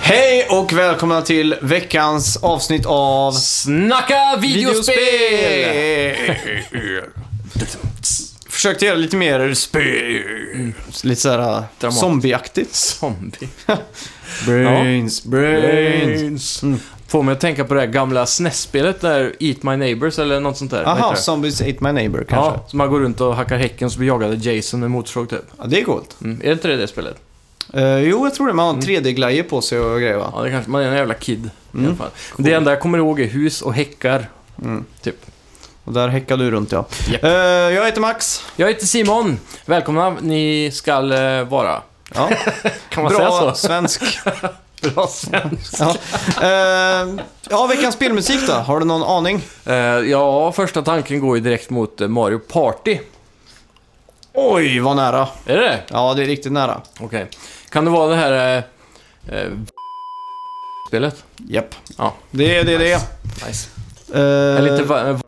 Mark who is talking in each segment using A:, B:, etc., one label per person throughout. A: Hej och välkomna till veckans avsnitt av
B: Snacka videospel!
A: Videospel! Försökte göra lite mer spel. Lite såhär äh,
B: Dramatiskt.
A: zombieaktigt.
B: Zombie.
A: Brains, brains.
B: Får mig att tänka på det här gamla SNES-spelet där Eat My Neighbors eller något sånt där. Vad heter
A: Aha,
B: det?
A: Zombies Ate My Neighbor kanske.
B: Ja, så man går runt och hackar häcken så blir jagade Jason med motorsåg typ.
A: Ja, det är coolt.
B: Mm. Är det inte det det spelet?
A: Eh, jo, jag tror det. Man har 3D-glajjor på sig och grejer va?
B: Mm. Ja, det kanske man är en jävla kid i alla fall. Det enda jag kommer ihåg är hus och häckar.
A: Mm.
B: Typ.
A: Och där häckar du runt ja.
B: Japp.
A: Eh, jag heter Max.
B: Jag heter Simon. Välkomna ni skall eh, vara.
A: Ja.
B: Kan man
A: Bra
B: säga så?
A: svensk.
B: Bra svensk.
A: Ja. Eh, ja, veckans spelmusik då? Har du någon aning?
B: Eh, ja, första tanken går ju direkt mot eh, Mario Party.
A: Oj, vad nära.
B: Är det det?
A: Ja, det är riktigt nära.
B: Okej. Kan det vara det här... Eh, eh, spelet?
A: Japp.
B: Ja.
A: Det är det. är det.
B: Nice.
A: Eh,
B: Eller inte... va- eh,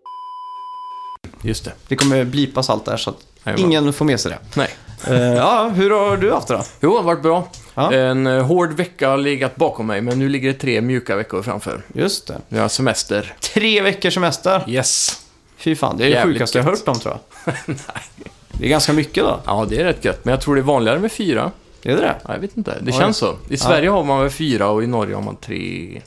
B: Just det.
A: Det kommer blipas allt där så att
B: Nej, bra.
A: ingen får med sig det.
B: Nej.
A: Eh, ja, hur har du haft det då?
B: Jo, det har varit bra.
A: Ja.
B: En eh, hård vecka har legat bakom mig, men nu ligger det tre mjuka veckor framför.
A: Just det.
B: Nu har jag semester.
A: Tre veckors semester.
B: Yes.
A: Fy fan, det är det
B: Jävligt
A: sjukaste jag
B: gött.
A: hört om tror jag. Det är ganska mycket då.
B: Ja, det är rätt gött, men jag tror det är vanligare med fyra.
A: Är det det?
B: Ja, jag vet inte. Det
A: Oj.
B: känns så. I Sverige har man väl fyra och i Norge har man tre.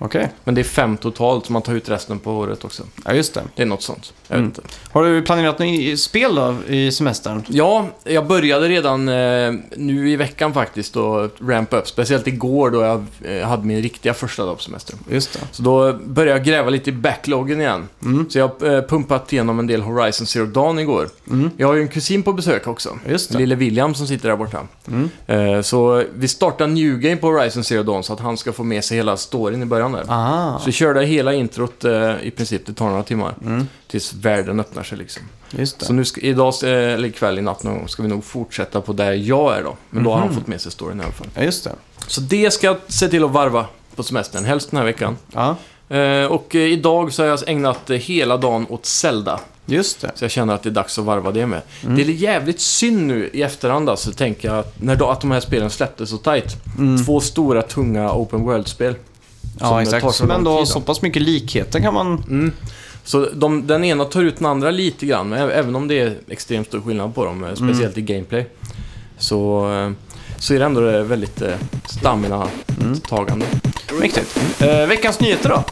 A: Okej.
B: Men det är fem totalt, så man tar ut resten på året också.
A: Ja, just det.
B: Det är något sånt. Jag
A: Mm.
B: vet inte.
A: Har du planerat några spel då i semestern?
B: Ja, jag började redan eh, nu i veckan faktiskt att rampa upp. Speciellt igår då jag eh, hade min riktiga första dag på semestern.
A: Just det.
B: Så då började jag gräva lite i backloggen igen.
A: Mm.
B: Så jag har eh, pumpat igenom en del Horizon Zero Dawn igår.
A: Mm.
B: Jag har ju en kusin på besök också.
A: Just det.
B: Lille William som sitter där borta.
A: Mm.
B: Eh, så vi startar New Game på Horizon Zero Dawn så att han ska få med sig hela storyn i början där.
A: Ah,
B: Så vi körde hela introt eh, i princip, det tar några timmar.
A: Mm.
B: Tills världen öppnar sig liksom.
A: just
B: Så
A: det.
B: nu ska, idag, eh, eller ikväll, i natt någon gång, ska vi nog fortsätta på där jag är då. Men då har han fått med sig storyn i alla fall.
A: Ja, just det.
B: Så det ska jag se till att varva på semestern, helst den här veckan.
A: Ja,
B: Eh, och eh, idag så har jag ägnat eh, hela dagen åt Zelda.
A: just det.
B: Så jag känner att det är dags att varva det med. Det är jävligt synd nu i efterhand alltså, tänker jag, att, när, då- att de här spelen släpptes så tight. Två stora, tunga open world-spel. som
A: Ja,
B: det tar
A: exakt.
B: så lång
A: Men då
B: tid,
A: så pass mycket likheter kan man...
B: Så de, den ena tar ut den andra lite grann, men ä- även om det är extremt stor skillnad på dem, eh,
A: Mm.
B: speciellt i gameplay, så, eh, så är det ändå eh, väldigt eh,
A: Mm.
B: stamina-tagande.
A: Mäktigt. Eh, veckans nyheter då?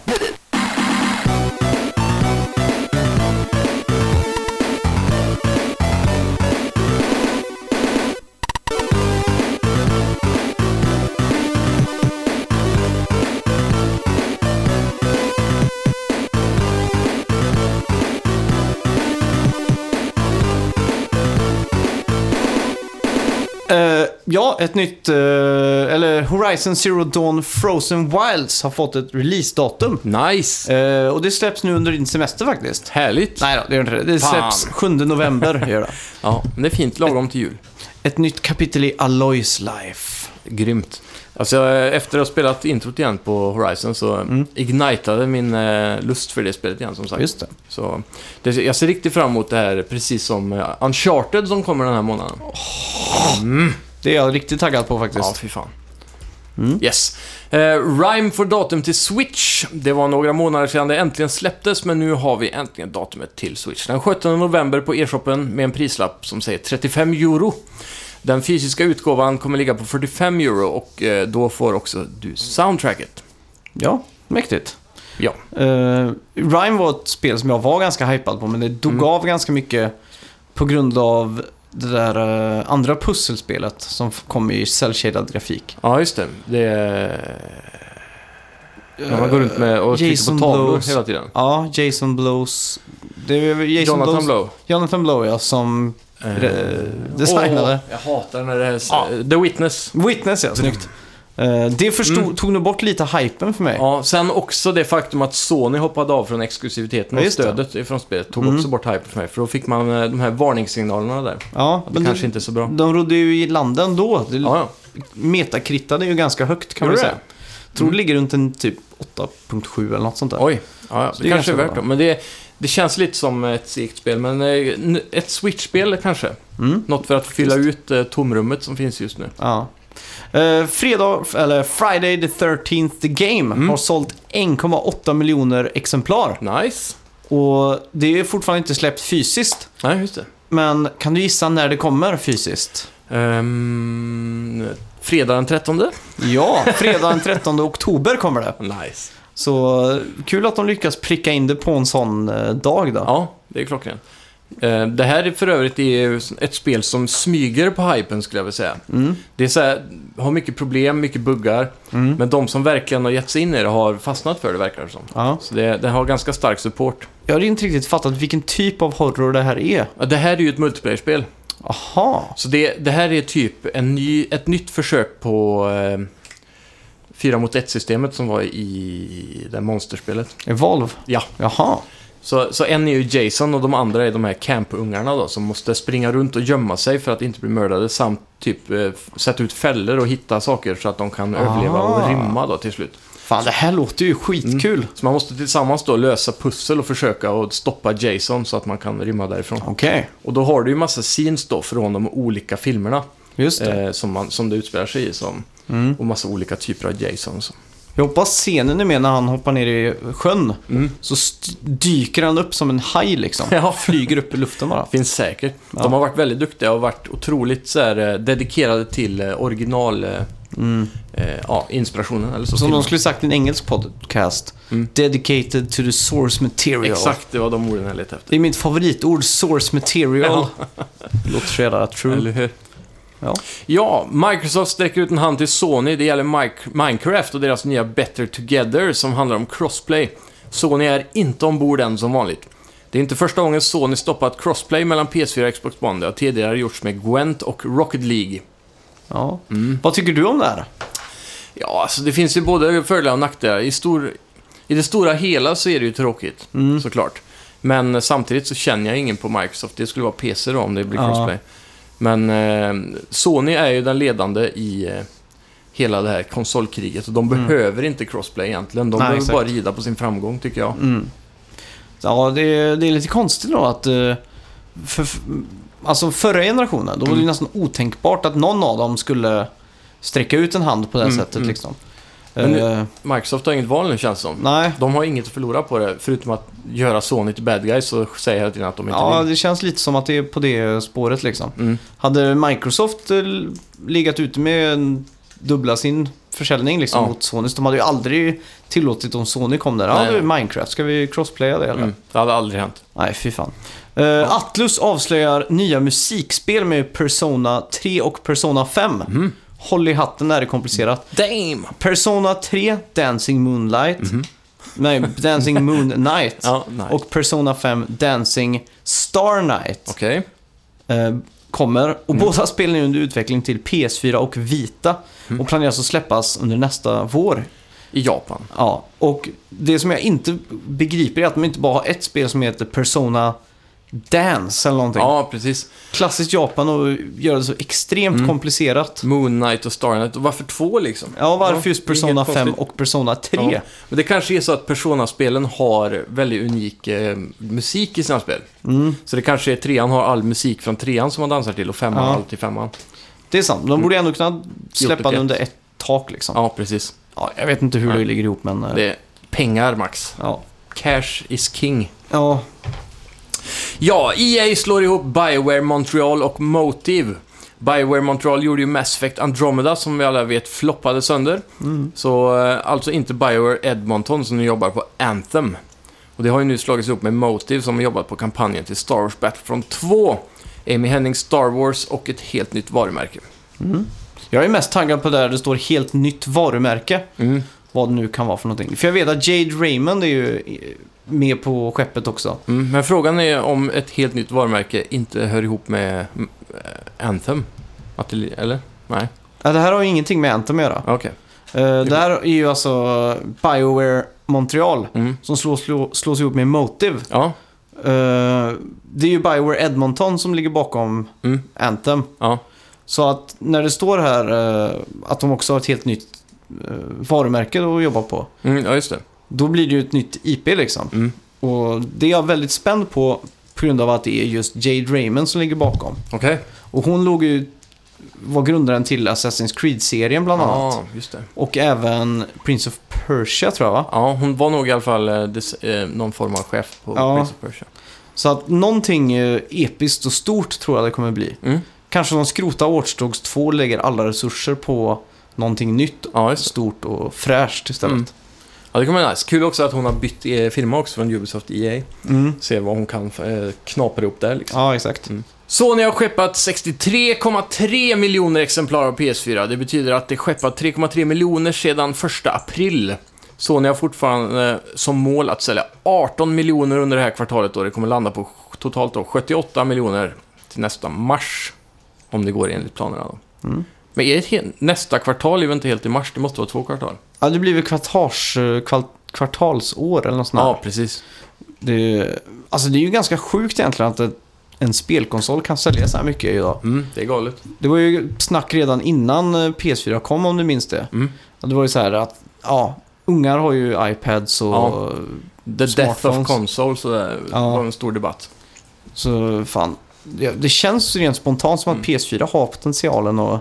A: Eh, ja, ett nytt... eh, eller Horizon Zero Dawn Frozen Wilds har fått ett releasedatum.
B: Nice!
A: Eh, och det släpps nu under din semester faktiskt.
B: Härligt!
A: Nej då, det gör inte det. Det
B: Fan.
A: släpps 7 november. Gör det.
B: Ja, men det är fint, lagom till jul.
A: Ett nytt kapitel i Aloys life.
B: Grymt. Alltså, eh, efter att ha spelat introt igen på Horizon så mm. ignitade min eh, lust för det spelet igen, som sagt.
A: Just det.
B: Så, det, jag ser riktigt fram emot det här, precis som eh, Uncharted som kommer den här månaden.
A: Det är jag riktigt taggad på
B: Ja,
A: faktiskt.
B: fy fan. Yes. Uh, Rime får datum till Switch. Det var några månader sedan det äntligen släpptes, men nu har vi äntligen datumet till Switch. Den 17 november på e-shoppen med en prislapp som säger 35 euro. Den fysiska utgåvan kommer ligga på 45 euro och eh, då får också du soundtracket.
A: Ja, mäktigt.
B: Ja,
A: Eh, Rime var ett spel som jag var ganska hypad på, men det dog av ganska mycket på grund av det där eh, andra pusselspelet som f- kom i cell-shaded grafik.
B: ja just det. det är... ja, man går runt med och trycker
A: Jason
B: på tavlor
A: Blows.
B: hela tiden.
A: Ja, Jason Blows. Det är väl Jason
B: Jonathan
A: Blows.
B: Blow. Eh,
A: Jonathan Blow, ja, som re- designade.
B: Åh, jag hatar när det är...
A: Ja.
B: The Witness.
A: Witness, ja. Snyggt. Eh, det förstod, tog nog bort lite hypen för mig.
B: Mm. Ja, sen också det faktum att Sony hoppade av från exklusiviteten
A: Ja,
B: och
A: just det. Mm.
B: stödet från spelet tog också bort hype för mig. För då fick man eh, de här varningssignalerna där.
A: Ja,
B: Att det
A: men
B: kanske
A: det,
B: inte är så bra.
A: de rodde ju i landen då. Det,
B: Ja, ja.
A: Metakrittade är ju ganska högt kan
B: Gör
A: man
B: det? Mm.
A: säga. tror det ligger runt en typ 8.7 eller något sånt där.
B: Oj. Ja, ja.
A: Så
B: Det,
A: det är
B: kanske är
A: ganska
B: värt
A: bra.
B: det. Men det, det känns lite som ett segt spel. Men eh, n- ett Switch-spel kanske.
A: Mm.
B: Något för att fylla ut eh, tomrummet som finns just nu.
A: Ja. Eh, fredag, eller Friday the 13th the Game
B: Mm.
A: har sålt 1,8 miljoner exemplar.
B: Nice.
A: Och det är fortfarande inte släppt fysiskt.
B: Nej, just det.
A: Men kan du gissa när det kommer fysiskt?
B: Ehm, fredag den 13.
A: Ja, fredag den 13 oktober kommer det.
B: Nice.
A: Så eh, kul att de lyckas pricka in det på en sån eh, dag då.
B: Ja, det är klockrent. Eh, Det här är för övrigt är ett spel som smyger på hypen skulle jag vilja säga.
A: Mm.
B: Det är så här, har mycket problem, mycket buggar.
A: Mm.
B: Men de som verkligen har gett sig in i det har fastnat för det verkar det som.
A: Ja.
B: Så det, det har ganska stark support.
A: Jag har inte riktigt fattat vilken typ av horror det här är.
B: Ja, Det här är ju ett multiplayer-spel.
A: Aha.
B: Så det, det här är typ en ny, ett nytt försök på eh, 4 mot 1-systemet som var i det här monsterspelet.
A: Evolve?
B: Ja.
A: Jaha.
B: Så, så en är ju Jason och de andra är de här campungarna då som måste springa runt och gömma sig för att inte bli mördade samt typ eh, f- sätta ut fällor och hitta saker så att de kan
A: Ah.
B: överleva och rymma då till slut.
A: Fan, det här låter ju skitkul.
B: Så man måste tillsammans då lösa pussel och försöka att stoppa Jason så att man kan rymma därifrån.
A: Okej,
B: Och då har du ju massa scenes då från de olika filmerna
A: just det.
B: eh, som, man, som det utspelar sig i som,
A: Mm.
B: och massa olika typer av Jason. och Så.
A: Jag hoppas scenen är med när han hoppar ner i sjön.
B: Mm.
A: Så st- dyker han upp som en haj liksom.
B: Ja.
A: Flyger upp i luften bara.
B: Finns säkert.
A: Ja.
B: De har varit väldigt duktiga och varit otroligt så här, eh, dedikerade till eh, original... eh,
A: Mm.
B: eh, ja, inspirationen eller så.
A: Som
B: filmen.
A: de skulle sagt i en engelsk podcast.
B: Mm.
A: Dedicated to the source material.
B: Exakt, det var de orden jag letade efter.
A: Det är mitt favoritord, source material. Låter så jävla true.
B: Eller hur?
A: Ja.
B: Ja, Microsoft sträcker ut en hand till Sony. Det gäller Mic- Minecraft och deras nya Better Together som handlar om crossplay. Sony är inte ombord än som vanligt. Det är inte första gången Sony stoppat crossplay mellan PS4 och Xbox One. Det har tidigare gjorts med Gwent och Rocket League.
A: Ja.
B: Mm.
A: Vad tycker du om det här?
B: Ja, alltså det finns ju både fördelar och nackdelar. I, stor, I det stora hela så är det ju tråkigt,
A: Mm.
B: såklart. Men eh, samtidigt så känner jag ingen på Microsoft. Det skulle vara PC då om det blir
A: Ja.
B: crossplay. Men eh, Sony är ju den ledande i eh, hela det här konsolkriget. Och de behöver inte crossplay egentligen. De
A: Mm. Nej,
B: behöver
A: exakt.
B: bara rida på sin framgång, tycker jag.
A: Mm. Ja, det är, det är lite konstigt då att... eh, För, för- alltså förra generationen, då var det
B: Mm.
A: ju nästan otänkbart att någon av dem skulle sträcka ut en hand på det här
B: Mm,
A: sättet
B: mm.
A: liksom.
B: Men nu-
A: Eh,
B: Microsoft har inget val nu, känns det som.
A: nej,
B: De har inget att förlora på det, förutom att göra Sony till bad guys och säga hela tiden att de inte
A: ja,
B: vill.
A: det känns lite som att det är på det spåret liksom.
B: Mm.
A: Hade Microsoft eh, legat ute med en, dubbla sin försäljning liksom,
B: Ja.
A: mot Sony, så de hade ju aldrig tillåtit om Sony kom där. Ja,
B: Nej,
A: du, Minecraft, ska vi crossplaya det eller?
B: Mm. Det hade aldrig hänt.
A: Nej, fy fan. Eh, Atlus avslöjar nya musikspel med Persona 3 och Persona 5.
B: Mhm.
A: Håll i hatten, det här är komplicerat.
B: Damn!
A: Persona 3, Dancing Moonlight. Nej, Dancing Moon Knight.
B: Mhm. Ja, nice.
A: Och Persona 5, Dancing Star Knight.
B: Okej.
A: eh, kommer. Och
B: Mm.
A: båda spelen är under utveckling till PS4 och Vita.
B: Mm.
A: Och planeras att släppas under nästa vår.
B: I Japan.
A: Ja, och det som jag inte begriper är att de inte bara har ett spel som heter Persona Dance eller någonting.
B: Ja, precis.
A: Klassiskt Japan och gör det så extremt
B: Mm.
A: komplicerat.
B: Moon Knight och Star Knight. Och varför två liksom?
A: Ja, varför just
B: det är
A: Persona
B: helt
A: 5
B: konstigt.
A: och Persona 3?
B: Ja. Men det kanske är så att Persona-spelen har väldigt unik eh, musik i sina spel.
A: Mm.
B: Så det kanske är trean har all musik från trean som man dansar till och femman
A: Ja.
B: har allt till femman.
A: Det är sant, de borde ändå kunna släppa
B: Gjort det
A: det under ett tak liksom. Ja.
B: Ja, precis.
A: jag vet inte hur det
B: Nej.
A: ligger ihop men... eh,
B: Det är pengar, Max.
A: Ja.
B: Cash is king.
A: ja,
B: Ja, EA slår ihop Bioware Montreal och Motive. Bioware Montreal gjorde ju Mass Effect Andromeda som vi alla vet floppade sönder. Så eh, alltså inte Bioware Edmonton som nu jobbar på Anthem. Och det har ju nu slagits ihop med Motive som har jobbat på kampanjen till Star Wars Battlefront 2. Amy Hennings Star Wars och ett helt nytt varumärke.
A: jag är mest taggad på där det står helt nytt varumärke.
B: Mm.
A: Vad det nu kan vara för någonting. För jag vet att Jade Raymond är ju eh, med på skeppet också.
B: Mm. Men frågan är om ett helt nytt varumärke inte hör ihop med mm, eh, Anthem. Att det, eller? Nej,
A: Ja, det här har ju ingenting med Anthem att göra.
B: okej.
A: Eh, det här är ju alltså Bioware Montreal
B: Mm.
A: som slås, slå, slås ihop med Motive.
B: Ja,
A: Eh, det är ju Bioware Edmonton som ligger bakom
B: Mm.
A: Anthem.
B: ja.
A: Så att när det står här eh, att de också har ett helt nytt eh, varumärke att jobba på,
B: Mm, ja, just det.
A: då blir det ju ett nytt IP liksom.
B: Mm.
A: Och det är jag väldigt spänd på på grund av att det är just Jade Raymond som ligger bakom.
B: Okej.
A: Och hon låg ju var grundaren till Assassin's Creed-serien bland annat.
B: Ja, just det.
A: Och även Prince of Persia tror jag va?
B: Ja, hon var nog i alla fall eh, des- eh, någon form av chef på
A: Ja.
B: Prince of Persia.
A: Så att någonting eh, episkt och stort tror jag det kommer bli.
B: Mm.
A: Kanske de skrotar Watch Dogs 2 och lägger alla resurser på någonting nytt,
B: Ja, just det.
A: stort och fräscht istället.
B: Ja, det kommer vara nice. Kul också att hon har bytt eh, firma också från Ubisoft EA.
A: Mm.
B: Se vad hon kan eh, knapra ihop där liksom.
A: Ja, exakt.
B: Sony har skeppat 63,3 miljoner exemplar av PS4. Det betyder att det skeppat 3,3 miljoner sedan 1 april. Sony har fortfarande eh, som mål att sälja 18 miljoner under det här kvartalet då det kommer landa på totalt då 78 miljoner till nästa mars. Om det går enligt planerna då.
A: Mm.
B: Men är det ett he- nästa kvartal är väl inte helt i mars? Det måste vara två kvartal?
A: Ja, det blir väl kvartals, eh, kval, kvartalsår eller något sånt där.
B: Ja, precis.
A: det, Alltså det är ju ganska sjukt egentligen att ett, en spelkonsol kan sälja så här mycket idag.
B: Mm, det är galet.
A: Det var ju snack redan innan eh, PS4 kom om du minns det.
B: Mm.
A: Och Det var ju så här att, ja, ungar har ju iPads och...
B: Ja. The death of
A: Smartphones.
B: console, så det
A: Ja.
B: var en stor debatt.
A: Så fan, det, det känns rent spontant som att
B: Mm.
A: PS4 har potentialen att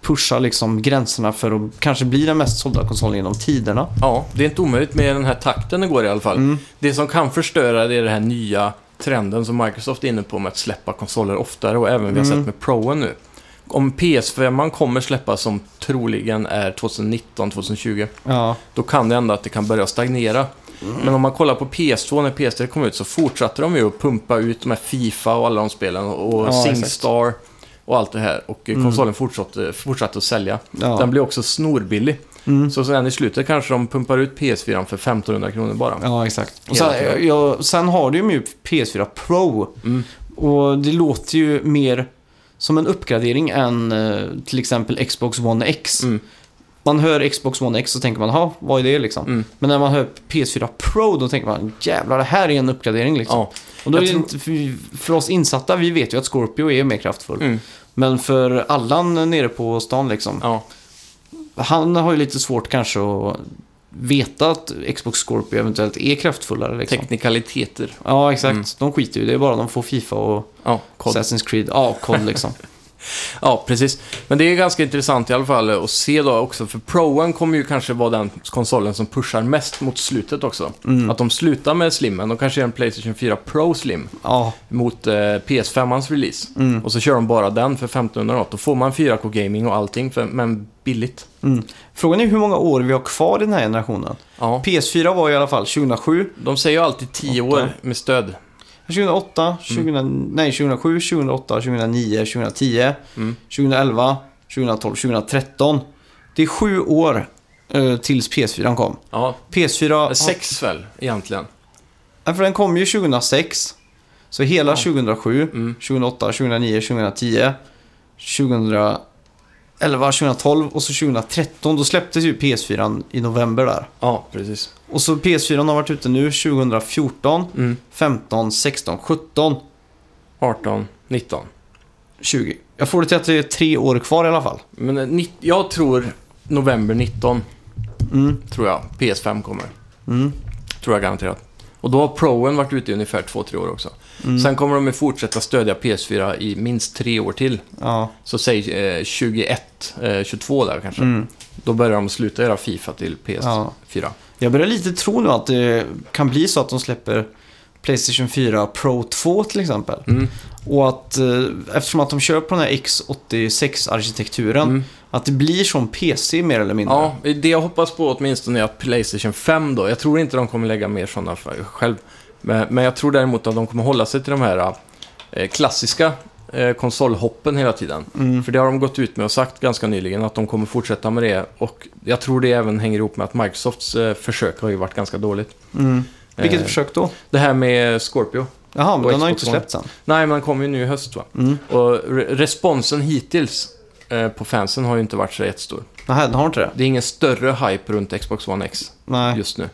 A: pusha liksom gränserna för att kanske bli den mest sålda konsolen genom tiderna.
B: Ja, det är inte omöjligt med den här takten det går i alla fall.
A: Mm.
B: Det som kan förstöra det är den här nya trenden som Microsoft är inne på med att släppa konsoler oftare och även vi har
A: Mm.
B: sett med Proen nu. Om PS5 man kommer släppas som troligen är 2019-2020,
A: Ja.
B: då kan det ändå att det kan börja stagnera. Men om man kollar på PS2 när PS3 kom ut så fortsatte de ju att pumpa ut de här Fifa och alla de spelen och
A: Ja, exakt.
B: Singstar och allt det här. Och eh,
A: Mm.
B: konsolen fortsatte, fortsatte att sälja.
A: ja.
B: Den blev också snorbillig.
A: Mm.
B: Så sen i slutet kanske de pumpar ut PS4 för 1500 kronor bara.
A: Ja, exakt. Och
B: Hela
A: sen,
B: tiden.
A: ja, sen har du ju PS4 Pro.
B: Mm.
A: Och det låter ju mer som en uppgradering än eh, till exempel Xbox One X.
B: Mm.
A: Man hör Xbox One X så tänker man, ha, vad är det liksom?
B: Mm.
A: Men när man hör PS4 Pro då tänker man, jävlar det här är en uppgradering liksom.
B: Ja.
A: Och då är
B: Jag
A: det
B: tror-
A: inte, för- för oss insatta, vi vet ju att Scorpio är mer kraftfull.
B: Mm.
A: Men för Allan nere på stan liksom,
B: Ja.
A: han har ju lite svårt kanske att veta att Xbox Scorpio eventuellt är kraftfullare liksom.
B: Teknikaliteter.
A: Ja, exakt.
B: Mm.
A: De skiter ju i det. Det är bara de får Fifa och
B: Ja, kod.
A: Assassin's Creed. Ja, kod liksom.
B: ja, precis. Men det är ganska intressant i alla fall att se då också, för Proen kommer ju kanske vara den konsolen som pushar mest mot slutet också. Att de slutar med Slimmen, de kanske gör en Playstation 4 Pro Slim
A: Ja,
B: mot eh, PS5-ans release.
A: mm.
B: Och så kör de bara den för 1500 något. Då får man 4K-gaming och allting, för, men billigt.
A: Mm. Frågan är hur många år vi har kvar i den här generationen.
B: Ja.
A: PS4 var i alla fall 2007,
B: De säger ju alltid 10
A: Åtta.
B: år med stöd.
A: 2008, 2000,
B: Mm.
A: nej, 2007, 2008, 2009, 2010,
B: Mm.
A: 2011, 2012, 2013. Det är sju år eh, tills PS4 kom.
B: Ja,
A: PS4...
B: sex väl egentligen.
A: Ja, för den kom ju 2006. Så hela
B: Ja.
A: 2007,
B: Mm.
A: 2008, 2009, 2010, 2011, 2012 och så 2013. Då släpptes ju PS4 i november där.
B: Ja, precis.
A: Och så PS4 har varit ute nu 2014,
B: Mm.
A: 15, 16, 17,
B: 18, 19.
A: 20. Jag får det till att det är tre år kvar i alla fall.
B: Men eh, nitt- jag tror november 19,
A: Mm,
B: tror jag, PS5 kommer.
A: mm,
B: Tror jag garanterat. Och då har Proen varit ute i ungefär 2-3 år också.
A: mm.
B: Sen kommer de ju fortsätta stödja PS4 i minst 3 år till.
A: ja,
B: Så säg eh, 21, eh, 22 där kanske.
A: mm.
B: Då börjar de sluta göra FIFA till PS4.
A: ja. Jag börjar lite tro nu att det kan bli så att de släpper Playstation 4 Pro 2 till exempel.
B: Mm.
A: Och att eh, eftersom att de kör på den här X86-arkitekturen,
B: Mm.
A: att det blir som PC mer eller mindre.
B: Ja, det jag hoppas på åtminstone är att Playstation 5 då, jag tror inte de kommer lägga mer sådana för- själv. Men, men jag tror däremot att de kommer hålla sig till de här eh, klassiska eh, konsolhoppen hela tiden.
A: Mm.
B: För det har de gått ut med och sagt ganska nyligen att de kommer fortsätta med det. Och jag tror det även hänger ihop med att Microsofts eh, försök har ju varit ganska dåligt.
A: Mm. Vilket
B: Eh,
A: försök då?
B: Det här med Scorpio.
A: Jaha, men
B: och
A: den har ju
B: Xbox
A: inte släppts än.
B: Nej, men den kommer ju nu i höst va.
A: Mm.
B: Och re- responsen hittills eh, på fansen har ju inte varit så jättestor.
A: Nej, den har inte det.
B: Det är ingen större hype runt Xbox One X
A: Nej,
B: just nu.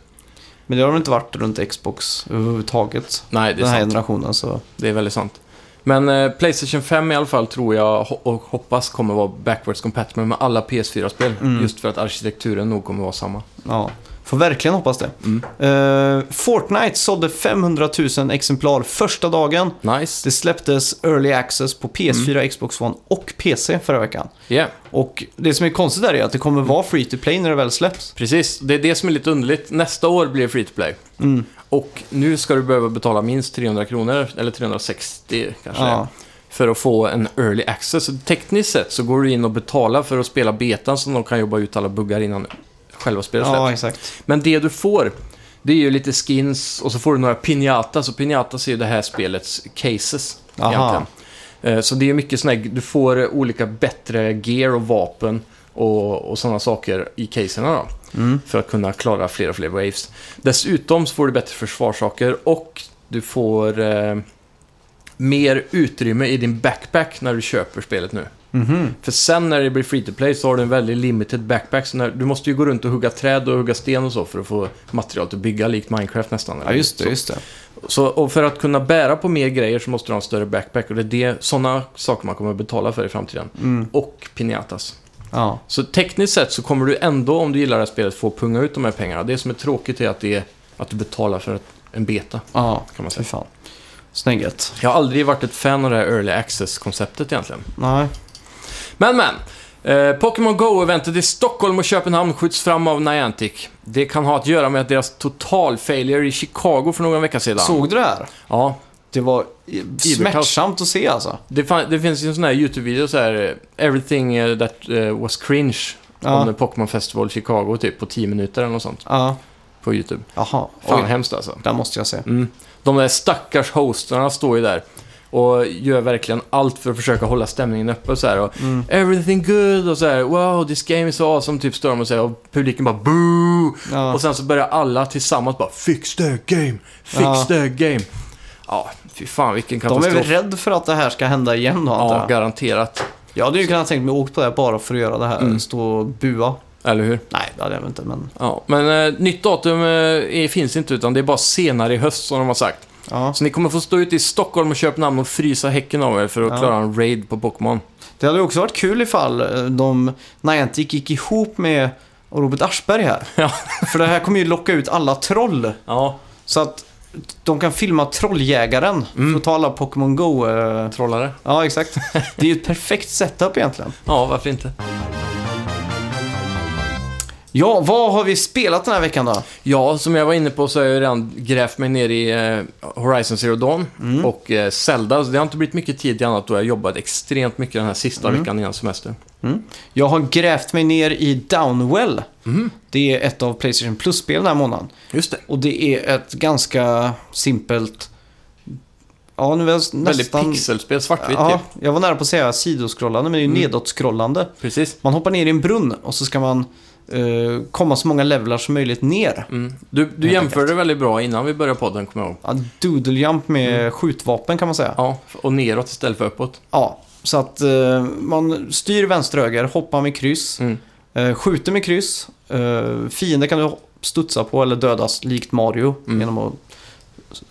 A: men det har väl inte varit runt Xbox överhuvudtaget.
B: Nej, det är
A: Den här
B: sant.
A: generationen så.
B: Det är väldigt sant. Men eh, Playstation 5 i alla fall tror jag ho- och hoppas kommer vara backwards compatible med alla PS4-spel.
A: Mm.
B: Just för att arkitekturen nog kommer vara samma.
A: Ja. Får verkligen hoppas det.
B: Mm.
A: Eh, Fortnite sålde 500 000 exemplar första dagen.
B: Nice.
A: Det släpptes Early Access på PS4,
B: Mm.
A: Xbox One och PC förra veckan.
B: Yeah.
A: Och det som är konstigt där är att det kommer vara free to play när det väl släpps.
B: Precis, det är det som är lite underligt. Nästa år blir det free to play.
A: Mm.
B: Och nu ska du behöva betala minst 300 kronor, eller 360 kanske,
A: Ja.
B: för att få en early access. Så tekniskt sett så går du in och betalar för att spela betan så de kan jobba ut alla buggar innan själva spelet släpps.
A: Ja, exakt.
B: Men det du får, det är ju lite skins och så får du några pinatas. Och pinatas är ju det här spelets cases.
A: Aha.
B: egentligen. Eh, Så det är ju mycket sådana här, du får eh, olika bättre gear och vapen och, och sådana saker i caserna då.
A: Mm.
B: För att kunna klara fler och fler waves. Dessutom så får du bättre försvarssaker och du får eh, mer utrymme i din backpack när du köper spelet nu.
A: Mhm.
B: För sen när det blir free to play så har du en väldigt limited backpack. Så när, du måste ju gå runt och hugga träd och hugga sten och så för att få material till att bygga likt Minecraft nästan.
A: Ja, just det. Just det.
B: Så, så, och för att kunna bära på mer grejer så måste du ha en större backpack. Och det är det, sådana saker man kommer att betala för i framtiden.
A: Mm.
B: Och pinatas.
A: Ja.
B: Så tekniskt sett så kommer du ändå, om du gillar det här spelet, få punga ut de här pengarna. Det som är tråkigt är att, det är, att du betalar för ett, en beta,
A: ja,
B: kan man
A: fy
B: säga.
A: fan. Snyggt.
B: Jag har aldrig varit ett fan av det här early access-konceptet egentligen.
A: Nej.
B: Men, men. Eh, Pokémon Go-eventet i Stockholm och Köpenhamn skjuts fram av Niantic. Det kan ha att göra med att deras total failure i Chicago för några veckor sedan.
A: Såg du det här?
B: Ja,
A: Det var i- smärtsamt att se alltså.
B: det, fan, det finns ju en sån här YouTube-video så här eh, “Everything eh, that eh, was cringe”
A: Ja.
B: om Pokémon Festival Chicago typ på 10 minuter eller något sånt
A: Ja.
B: på YouTube.
A: Jaha.
B: Fan,
A: Oj,
B: hemskt alltså.
A: där måste jag se.
B: Mm. De där stackars hosterna står ju där och gör verkligen allt för att försöka hålla stämningen uppe och så här. Och
A: Mm.
B: “Everything good” och så här “Wow, this game is so awesome” typ står de och säger och publiken bara “Boo!”
A: Ja.
B: Och sen så börjar alla tillsammans bara “Fix the game! Fix
A: Ja.
B: the game!” Ja, fy fan vilken
A: De är väl
B: katastrof.
A: rädda för att det här ska hända igen då, antar
B: ja,
A: jag.
B: garanterat.
A: Jag hade ju kunnat tänkt mig att åkt på det här bara för att göra det här.
B: Mm.
A: Stå och bua.
B: Eller hur?
A: Nej, det hade jag väl inte, men...
B: Ja, men eh, nytt datum eh, är, finns inte utan det är bara senare i höst som de har sagt.
A: Ja.
B: Så ni kommer få stå ute i Stockholm och Köpenhamn och frysa häcken av er för att
A: Ja.
B: klara en raid på Pokémon.
A: Det hade ju också varit kul ifall eh, de Niantic gick ihop med Robert Aschberg här.
B: Ja.
A: För det här kommer ju locka ut alla troll.
B: Ja,
A: Så att de kan filma Trolljägaren
B: Mm.
A: för att ta alla Pokémon Go. eh,
B: trollare.
A: Ja, exakt. Det är ju ett perfekt setup egentligen.
B: Ja, varför inte?
A: Ja, vad har vi spelat den här veckan då?
B: Ja, som jag var inne på så har jag ju redan grävt mig ner i eh, Horizon Zero Dawn
A: Mm.
B: och eh, Zelda. Så det har inte blivit mycket tid till annat då jag har jobbat extremt mycket den här sista
A: Mm.
B: veckan innan semestern.
A: Jag har grävt mig ner i Downwell.
B: Mm.
A: Det är ett av Playstation Plus-spel den här månaden.
B: Just det.
A: Och det är ett ganska simpelt... Ja, nu är jag
B: Väldigt
A: nästan...
B: pixelspel, svartvitt
A: Ja,
B: typ.
A: jag var nära på att säga sidoskrollande, men det är ju nedåtskrollande.
B: Precis.
A: Man hoppar ner i en brunn och så ska man eh, komma så många levlar som möjligt ner.
B: Mm. Du, du
A: Helt
B: jämförde väldigt bra innan vi började podden, kommer jag ihåg.
A: Ja, doodle jump med skjutvapen kan man säga. Ja,
B: Ja, och neråt istället för uppåt.
A: så att eh, man styr vänster och höger, hoppar med kryss,
B: Mm.
A: eh, skjuter med kryss. Eh, fiender kan du studsa på eller dödas likt Mario
B: Mm.
A: genom att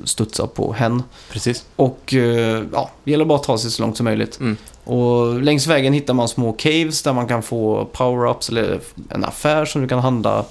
A: studsa på hen.
B: Precis.
A: Och eh, ja, det gäller bara att ta sig så långt som möjligt.
B: Mm.
A: Och längs vägen hittar man små caves där man kan få power-ups eller en affär som du kan handla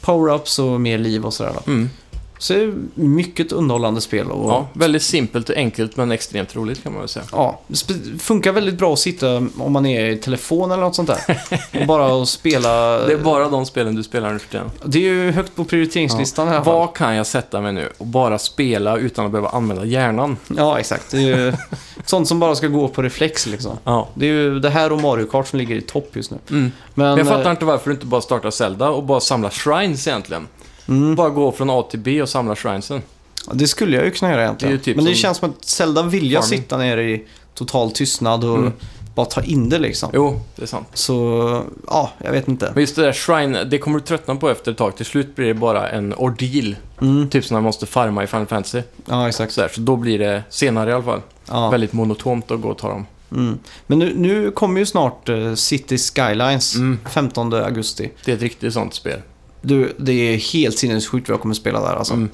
A: power-ups och mer liv och sådär. då.
B: Mm.
A: Så det är mycket underhållande spel och
B: Ja, väldigt simpelt och enkelt men extremt roligt kan man väl säga.
A: ja, sp- funkar väldigt bra att sitta om man är i telefon eller något sånt där. och bara att spela.
B: Det är bara de spelen du spelar nu för tiden.
A: Det är ju högt på prioriteringslistan i alla fall.
B: Vad kan jag sätta mig nu och bara spela utan att behöva använda hjärnan?
A: Ja, exakt. Det är ju sånt som bara ska gå på reflex liksom.
B: Ja.
A: Det är ju det här och Mario Kart som ligger i topp just nu.
B: Mm.
A: Men,
B: Men jag fattar
A: eh,
B: inte varför du inte bara startar Zelda och bara samlar shrines egentligen.
A: Mm.
B: Bara gå från A till B och samla shrinesen.
A: Ja, Det skulle jag ju kunna göra egentligen.
B: Det är ju typ
A: men det
B: som-
A: känns som att Zelda vill jag
B: Farming.
A: sitta nere i total tystnad och
B: Mm.
A: bara ta in det liksom.
B: Jo, det är sant.
A: Så, ja, jag vet inte.
B: Men just det där shrine, det kommer du tröttna på efter ett tag. Till slut blir det bara en ordeal.
A: Mm.
B: Typ som när man måste farma i Final Fantasy.
A: Ja, exakt.
B: Så, där. så då blir det senare i alla fall.
A: Ja.
B: Väldigt monotont att gå och ta dem.
A: Mm. Men nu, nu kommer ju snart eh, City Skylines,
B: Mm.
A: 15 augusti.
B: Det är ett riktigt sånt spel.
A: Du, det är helt sinnessjukt vad jag kommer spela där alltså.
B: Mm.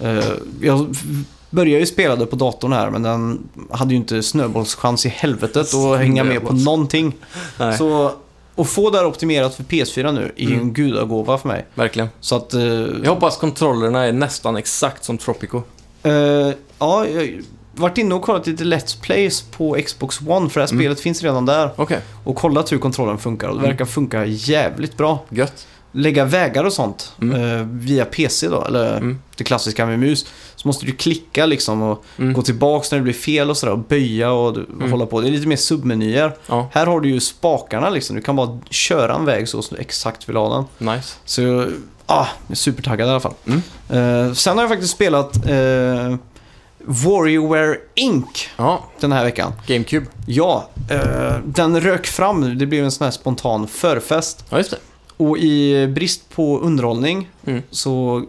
A: Eh, jag började ju spela det på datorn här, men den hade ju inte snöbollschans i helvetet att hänga med på
B: Snöbolls.
A: någonting.
B: Nej.
A: Så, att få det här optimerat för PS4 nu är ju
B: Mm.
A: en gudagåva för mig.
B: Verkligen.
A: Så att... eh,
B: Jag hoppas kontrollerna är nästan exakt som Tropico.
A: eh, ja, jag har varit inne och kollat lite Let's Plays på Xbox One, för det här
B: Mm.
A: spelet finns redan där.
B: Okej,
A: Och kollat hur kontrollen funkar och det
B: Mm.
A: verkar funka jävligt bra.
B: gött.
A: Lägga vägar och sånt
B: Mm.
A: eh, via PC då, eller
B: Mm.
A: det klassiska med mus. Så måste du klicka liksom och
B: Mm.
A: gå tillbaks när det blir fel och sådär och böja och du-
B: Mm.
A: hålla på. Det är lite mer submenyer.
B: Ja,
A: Här har du ju spakarna liksom. Du kan bara köra en väg så som du exakt vill ha den.
B: nice.
A: Så jag ah, jag är supertaggad i alla fall.
B: Mm.
A: Eh, sen har jag faktiskt spelat eh, Warriorware Inc.
B: Ja,
A: den här veckan.
B: GameCube.
A: Ja, eh, den rök fram nu. Det blev en sån här spontan förfest.
B: Ja, just det.
A: Och i brist på underhållning
B: Mm.
A: så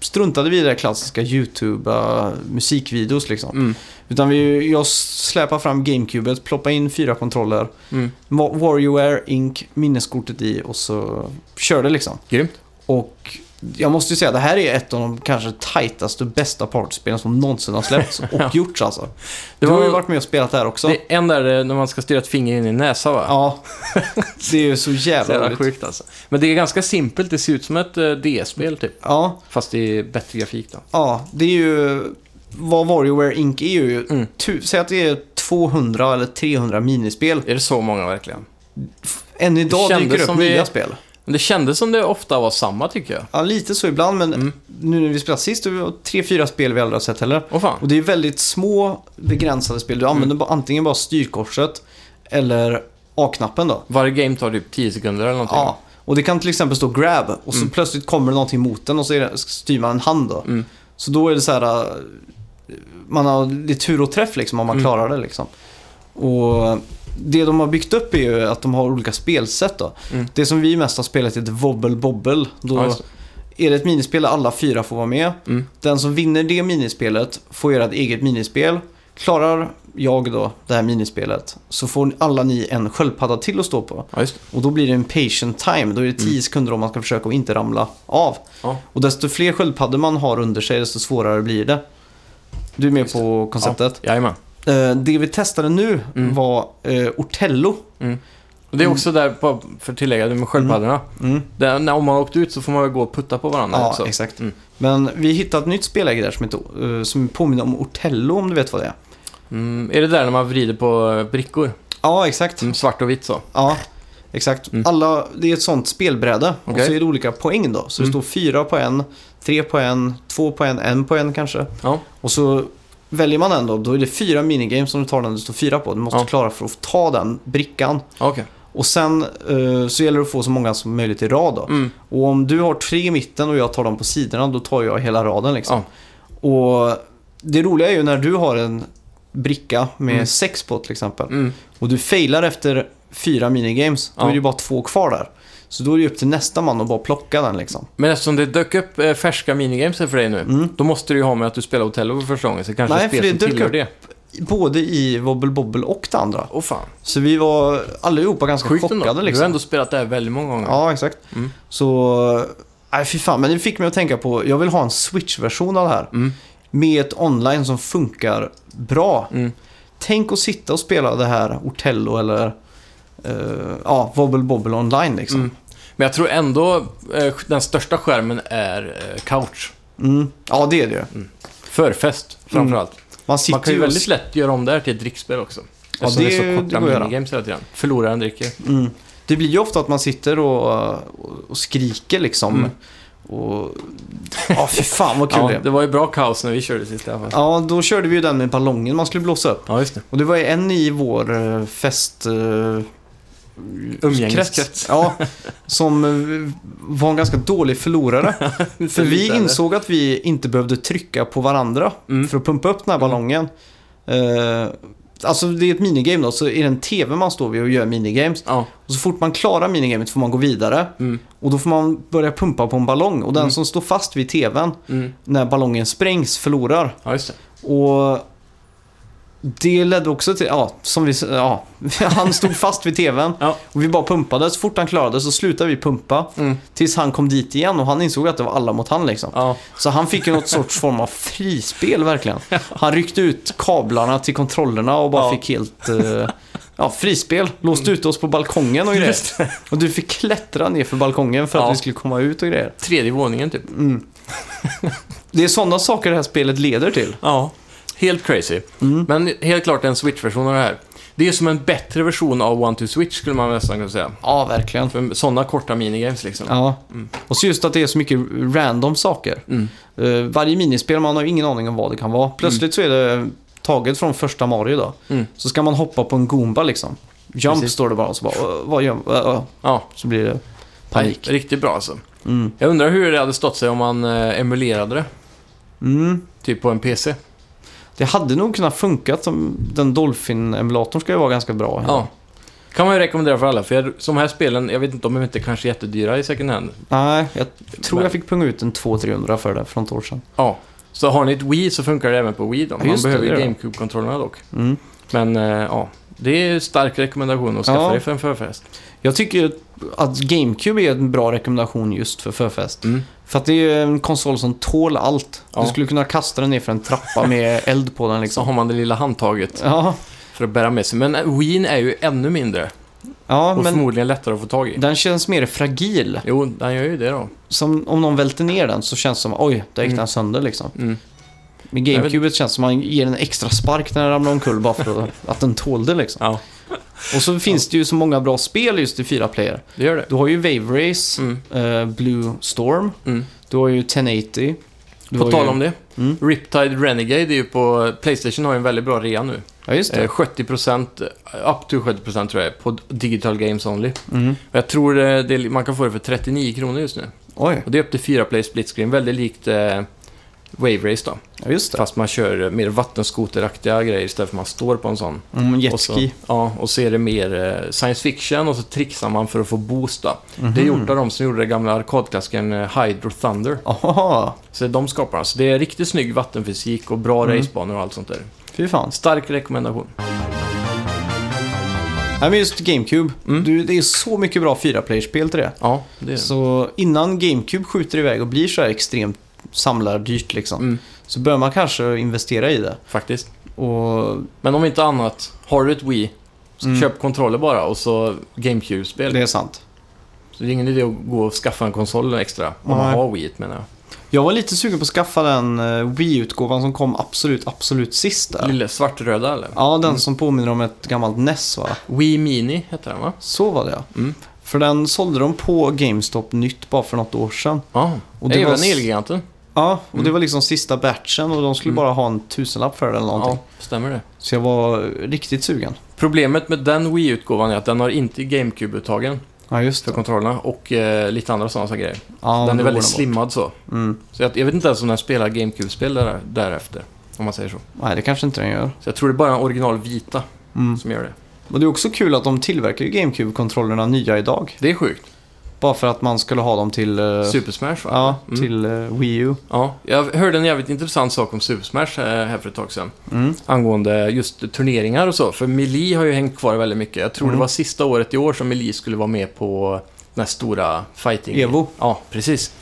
A: struntade vi i det här klassiska YouTube eh, musikvideos liksom.
B: Mm.
A: Utan vi, jag släpar fram GameCubet, ploppar in fyra kontroller,
B: Mm.
A: Ma- WarioWare Inc, minneskortet i och så körde liksom.
B: Grymt.
A: Och jag måste ju säga, det här är ett av de kanske tajtaste och bästa partyspelen som någonsin har släppts och gjorts alltså.
B: Det
A: Du
B: var-
A: har ju varit med och spelat det här också.
B: Det är en där eh, när man ska styra ett finger in i näsa, va?
A: Ja, det är ju så
B: Så
A: jävla
B: jävla
A: roligt.
B: sjukt alltså. Men det är ganska simpelt, det ser ut som ett eh, DS-spel typ.
A: Ja,
B: Fast det är bättre grafik då.
A: ja, det är ju vad WarioWare Inc är ju.
B: Mm.
A: Tu, säg att det är 200 eller 300 minispel.
B: Är det så många verkligen?
A: Än idag
B: kändes
A: dyker det upp
B: som vi-
A: nya spel.
B: Men det kändes som det ofta var samma tycker jag.
A: Ja, lite så ibland, men
B: Mm.
A: nu när vi spelat sist, det var tre, fyra spel vi aldrig har sett heller.
B: Åh
A: Och
B: fan.
A: det är väldigt små, begränsade spel. Du
B: Mm.
A: använder bara, antingen bara styrkorset eller A-knappen då.
B: Varje game tar typ 10 sekunder eller någonting.
A: Ja, och det kan till exempel stå grab och så plötsligt kommer det någonting mot den och så är det, styr man en hand då.
B: Mm.
A: Så då är det så här, äh, man har lite tur och träff liksom om man
B: Mm.
A: klarar det liksom. Och det de har byggt upp är ju att de har olika spelsätt då.
B: Mm.
A: Det som vi mest har spelat är ett wobble bobble. Då
B: Ja, just det.
A: är det ett minispel där alla fyra får vara med.
B: Mm.
A: Den som vinner det minispelet får göra ett eget minispel. Klarar jag då det här minispelet så får alla ni en sköldpadda till att stå på.
B: Ja, just det.
A: Och då blir det en patient time. Då är det 10 sekunder om man ska försöka att inte ramla av.
B: Ja.
A: Och desto fler sköldpaddor man har under sig, desto svårare blir det. Du är med
B: Just
A: på konceptet.
B: Jajamän.
A: Eh, Det vi testade nu
B: Mm.
A: var eh, Ortello.
B: Och Det är också där, på, för att tillägga det med sköldpaddorna. Där, när, om man har åkt ut så får man väl gå och putta på varandra
A: Mm. Ja,
B: också.
A: exakt.
B: Mm.
A: Men vi hittade ett nytt spelläge där som, inte, eh, som påminner om Ortello, om du vet vad det är.
B: Mm, är det där när man vrider på eh, brickor?
A: Ja, exakt.
B: Mm, svart och vitt så.
A: Ja, exakt.
B: Mm.
A: Alla, det är ett sånt spelbräde. Och
B: Okej.
A: så är det olika poäng då. Så det
B: Mm.
A: står fyra på en, tre på en, två på en, en på en kanske.
B: Ja.
A: Och så väljer man en då. Då är det fyra minigames som du tar den du står fyra på. Du måste
B: Ja.
A: klara för att ta den brickan.
B: Okej.
A: Och sen eh, så gäller det att få så många som möjligt i rad då.
B: Mm.
A: Och om du har tre i mitten och jag tar dem på sidorna, då tar jag hela raden liksom. Och det roliga är ju när du har en bricka med
B: Mm.
A: sex på till exempel.
B: Mm.
A: Och du failar efter fyra minigames, då
B: Ja.
A: är det ju bara två kvar där. Så då är det ju upp till nästa man att bara plocka den liksom.
B: Men eftersom det dök upp eh, färska minigames här för dig nu, då måste det ju ha med att du spelar Otello för första gången, så kanske
A: Mm. Nej,
B: ett spel
A: för det
B: som
A: dök
B: tillhör
A: upp.
B: det.
A: Både i Wobble Bobble och det andra.
B: Åh fan.
A: Så vi var allihopa ganska
B: Sjukt ändå.
A: chockade
B: Du har
A: liksom.
B: ändå spelat det här väldigt många gånger.
A: Ja, exakt.
B: Mm.
A: Så, nej fy fan. Men det fick mig att tänka på, jag vill ha en Switch-version av det här.
B: Mm.
A: Med ett online som funkar bra.
B: Mm.
A: Tänk att sitta och spela det här Ortello eller eh, ja, Wobble Bobble online liksom.
B: Mm. Men jag tror ändå eh, den största skärmen är eh, couch.
A: Mm. Ja, det är det ju.
B: Förfest, framförallt.
A: Man sitter
B: Man kan ju
A: ju och-
B: väldigt lätt göra om det här till ett drickspel också.
A: Ja,
B: Eftersom
A: det-
B: det, är så
A: det
B: korta
A: går att göra.
B: minigames hela tiden. Förloraren dricker.
A: Mm. Det blir ju ofta att man sitter och, och- och skriker liksom.
B: Mm.
A: Och, ja, fy fan vad kul
B: Ja,
A: det
B: det
A: är.
B: var ju bra kaos när vi körde sist i alla fall.
A: Ja, då körde vi ju den med ballongen man skulle blåsa upp.
B: Ja, just det.
A: Och det var ju en i vår eh, fest... eh,
B: Umgängeskrets.
A: krets, Ja, som eh, var en ganska dålig förlorare. För vi insåg att vi inte behövde trycka på varandra
B: Mm.
A: för att pumpa upp den här
B: Mm.
A: ballongen. Eh, alltså det är ett minigame då, så är det en TV man står vid och gör minigames.
B: Ja.
A: Och så fort man klarar minigamet får man gå vidare.
B: Mm.
A: Och då får man börja pumpa på en ballong. Och den
B: Mm.
A: som står fast vid TVn
B: Mm.
A: när ballongen sprängs förlorar.
B: Ja, just det.
A: Och det ledde också till, ja, som vi, ja, han stod fast vid tvn
B: Ja.
A: och vi bara pumpade. Så fort han klarade så slutade vi pumpa
B: Mm.
A: tills han kom dit igen och han insåg att det var alla mot han liksom.
B: Ja.
A: Så han fick ju något sorts form av frispel verkligen. Han ryckte ut kablarna till kontrollerna och bara
B: Ja.
A: fick helt, eh, ja, frispel. Låste ut oss på balkongen och grejer.
B: Just det.
A: Och du fick klättra ner för balkongen för att
B: Ja.
A: vi skulle komma ut och grejer.
B: Tredje våningen typ.
A: Mm. det är sådana saker det här spelet leder till.
B: Ja, helt crazy.
A: Mm.
B: Men helt klart en Switch-version av det här. Det är som en bättre version av One to Switch skulle man nästan kunna säga.
A: Ja, verkligen.
B: För sådana korta minigames liksom.
A: Ja.
B: Mm.
A: Och så just att det är så mycket random saker.
B: Mm.
A: Eh, varje minispel, man har ingen aning om vad det kan vara. Plötsligt så är det taget från första Mario då.
B: Mm.
A: Så ska man hoppa på en Goomba liksom. Jump
B: Precis.
A: står det bara och så bara, "Ö, vad gör ö, ö."
B: Ja,
A: Så blir det panik.
B: nej, riktigt bra alltså.
A: Mm.
B: Jag undrar hur det hade stått sig om man eh, emulerade det,
A: Mm.
B: typ på en PC.
A: Det hade nog kunnat funka som den Dolphin-emulatorn ska ju vara ganska bra.
B: Ja. Kan man ju rekommendera för alla, för jag, de här spelen, jag vet inte, de är inte kanske jättedyra i second hand.
A: Nej, jag tror
B: Men-
A: jag fick punga ut en 200-300 för det för något år sedan.
B: Ja. Så har ni ett Wii så funkar det även på Wii då. Man
A: Ja, just det,
B: behöver
A: det
B: ju
A: gör det.
B: GameCube-kontrollerna dock.
A: Mm.
B: Men eh, ja, det är ju stark rekommendation att skaffa
A: Ja.
B: dig för en förfest.
A: Jag tycker att GameCube är en bra rekommendation just för förfest.
B: Mm.
A: För att det är en konsol som tål allt.
B: Ja.
A: Du skulle kunna kasta den ner för en trappa med eld på den
B: Så
A: liksom.
B: har man det lilla handtaget
A: Ja,
B: för att bära med sig. Men eh, Wien är ju ännu mindre
A: ja
B: och
A: men
B: förmodligen lättare att få tag i.
A: den känns mer fragil.
B: Jo, den gör ju det då.
A: Som om någon välter ner den så känns det som oj, där gick
B: Mm.
A: den sönder liksom.
B: Mm.
A: Med GameCube känns det som man ger en extra spark när den ramlar omkull bara för att- att den tålde liksom.
B: Ja,
A: Och så finns det ju så många bra spel just i fyra player.
B: det gör det.
A: Du har ju Wave Race,
B: Mm.
A: eh, Blue Storm,
B: Mm.
A: du har ju 1080. Du
B: På
A: har
B: tal
A: ju...
B: om det.
A: Mm.
B: Riptide Renegade är ju på... Playstation har ju en väldigt bra rea nu.
A: Ja, just
B: Eh,
A: det.
B: 70%, up to 70% tror jag är, på digital games only.
A: Mm.
B: Och Jag tror eh, det, är- man kan få det för 39 kronor just nu.
A: Oj,
B: Och det är upp till 4 play split screen, väldigt likt eh, Wave Race då.
A: ja, just det.
B: Fast man kör eh, mer vattenskoteraktiga grejer istället för man står på en sån.
A: Mm,
B: Och så,
A: jetski.
B: ja, och så är det mer eh, science fiction och så trixar man för att få boost då. Det är gjort
A: Mhm.
B: av de som gjorde den gamla arkadklassikern eh, Hydro Thunder.
A: Aha,
B: Så det är de skaparna. Så det är riktigt snygg vattenfysik och bra
A: Mm.
B: racebanor och allt sånt där.
A: fy fan.
B: Stark rekommendation.
A: Nej, men just GameCube.
B: Mm.
A: Du, det är så mycket bra fyra-player-spel till det.
B: Ja, det är det.
A: Så innan GameCube skjuter iväg och blir så här extremt samlardyrt liksom,
B: Mm,
A: så bör man kanske investera i det.
B: faktiskt.
A: Och
B: Men om inte annat, har du ett Wii, så
A: Mm.
B: köp kontroller bara och så GameCube-spel.
A: det är sant.
B: Så det är ingen idé att gå och skaffa en konsol extra om man
A: Nej.
B: har Wii menar jag.
A: Jag var lite sugen på att skaffa den eh, Wii-utgåvan som kom absolut, absolut sist där.
B: Lilla Mm. svartröda eller?
A: Ja, den som påminner om ett gammalt NES va?
B: Wii Mini heter den va?
A: Så var det ja.
B: Mm.
A: För den sålde de på GameStop nytt bara för något år sedan.
B: Ja,
A: Och
B: det är
A: var
B: även
A: s-
B: Elgiganten.
A: Ja, och det
B: Mm.
A: var liksom sista batchen och de skulle
B: Mm.
A: bara ha en tusenlapp för det eller någonting.
B: Ja, stämmer det.
A: Så jag var riktigt sugen.
B: Problemet med den Wii-utgåvan är att den har inte GameCube-uttagen
A: Ja, just
B: för
A: det.
B: kontrollerna och eh, lite andra sådana grejer.
A: Ja,
B: den
A: då
B: är väldigt
A: går den
B: slimmad så.
A: bort. Mm.
B: Så jag, jag vet inte ens om den spelar GameCube-spel där, därefter, om man säger så.
A: Nej, det kanske inte den gör.
B: Så jag tror det är bara den original vita
A: Mm.
B: som gör det.
A: Och det är också kul att de tillverkar ju GameCube-kontrollerna nya idag.
B: Det är sjukt.
A: Bara för att man skulle ha dem till, eh,
B: Super Smash va?
A: ja,
B: Mm.
A: till eh, Wii U.
B: Ja, jag hörde en jävligt intressant sak om Super Smash eh, här för ett tag sedan.
A: Mm.
B: Angående just turneringar och så. För Melee har ju hängt kvar väldigt mycket. Jag tror
A: Mm.
B: det var sista året i år som Melee skulle vara med på den här stora fighting...
A: Evo.
B: Ja, precis.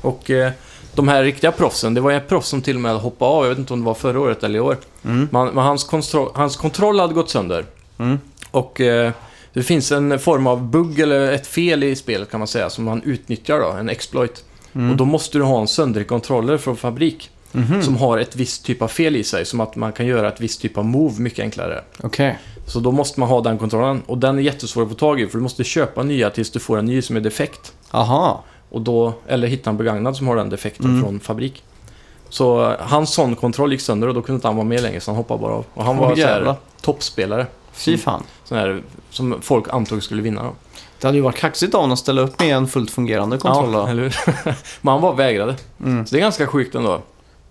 B: Och eh, de här riktiga proffsen, det var ju en proffs som till och med hoppade av. Jag vet inte om det var förra året eller i år.
A: Mm.
B: Man, men hans, kontro- hans kontroll hade gått sönder.
A: Mm.
B: Och eh, det finns en form av bugg eller ett fel i spelet kan man säga som man utnyttjar då, en exploit.
A: Mm.
B: Och då måste du ha en sönderkontroller från fabrik
A: Mhm.
B: som har ett visst typ av fel i sig, som att man kan göra ett visst typ av move mycket enklare.
A: Okej.
B: Så då måste man ha den kontrollen och den är jättesvår att få tag i för du måste köpa nya tills du får en ny som är defekt.
A: Aha.
B: Och då, eller hitta en begagnad som har den defekten
A: Mm.
B: från fabrik. Så eh, hans sån kontroll gick sönder och då kunde inte han vara med längre så han hoppade bara av. Och han
A: Åh,
B: var så här, Mm.
A: jävlar.
B: toppspelare,
A: Fy fan.
B: sån här, som folk antog skulle vinna. Då.
A: Det hade ju varit kaxigt av honom att ställa upp med en fullt fungerande kontroll.
B: Ja,
A: Ja.
B: eller hur? Men han var vägrade.
A: Mm.
B: Så det är ganska sjukt ändå,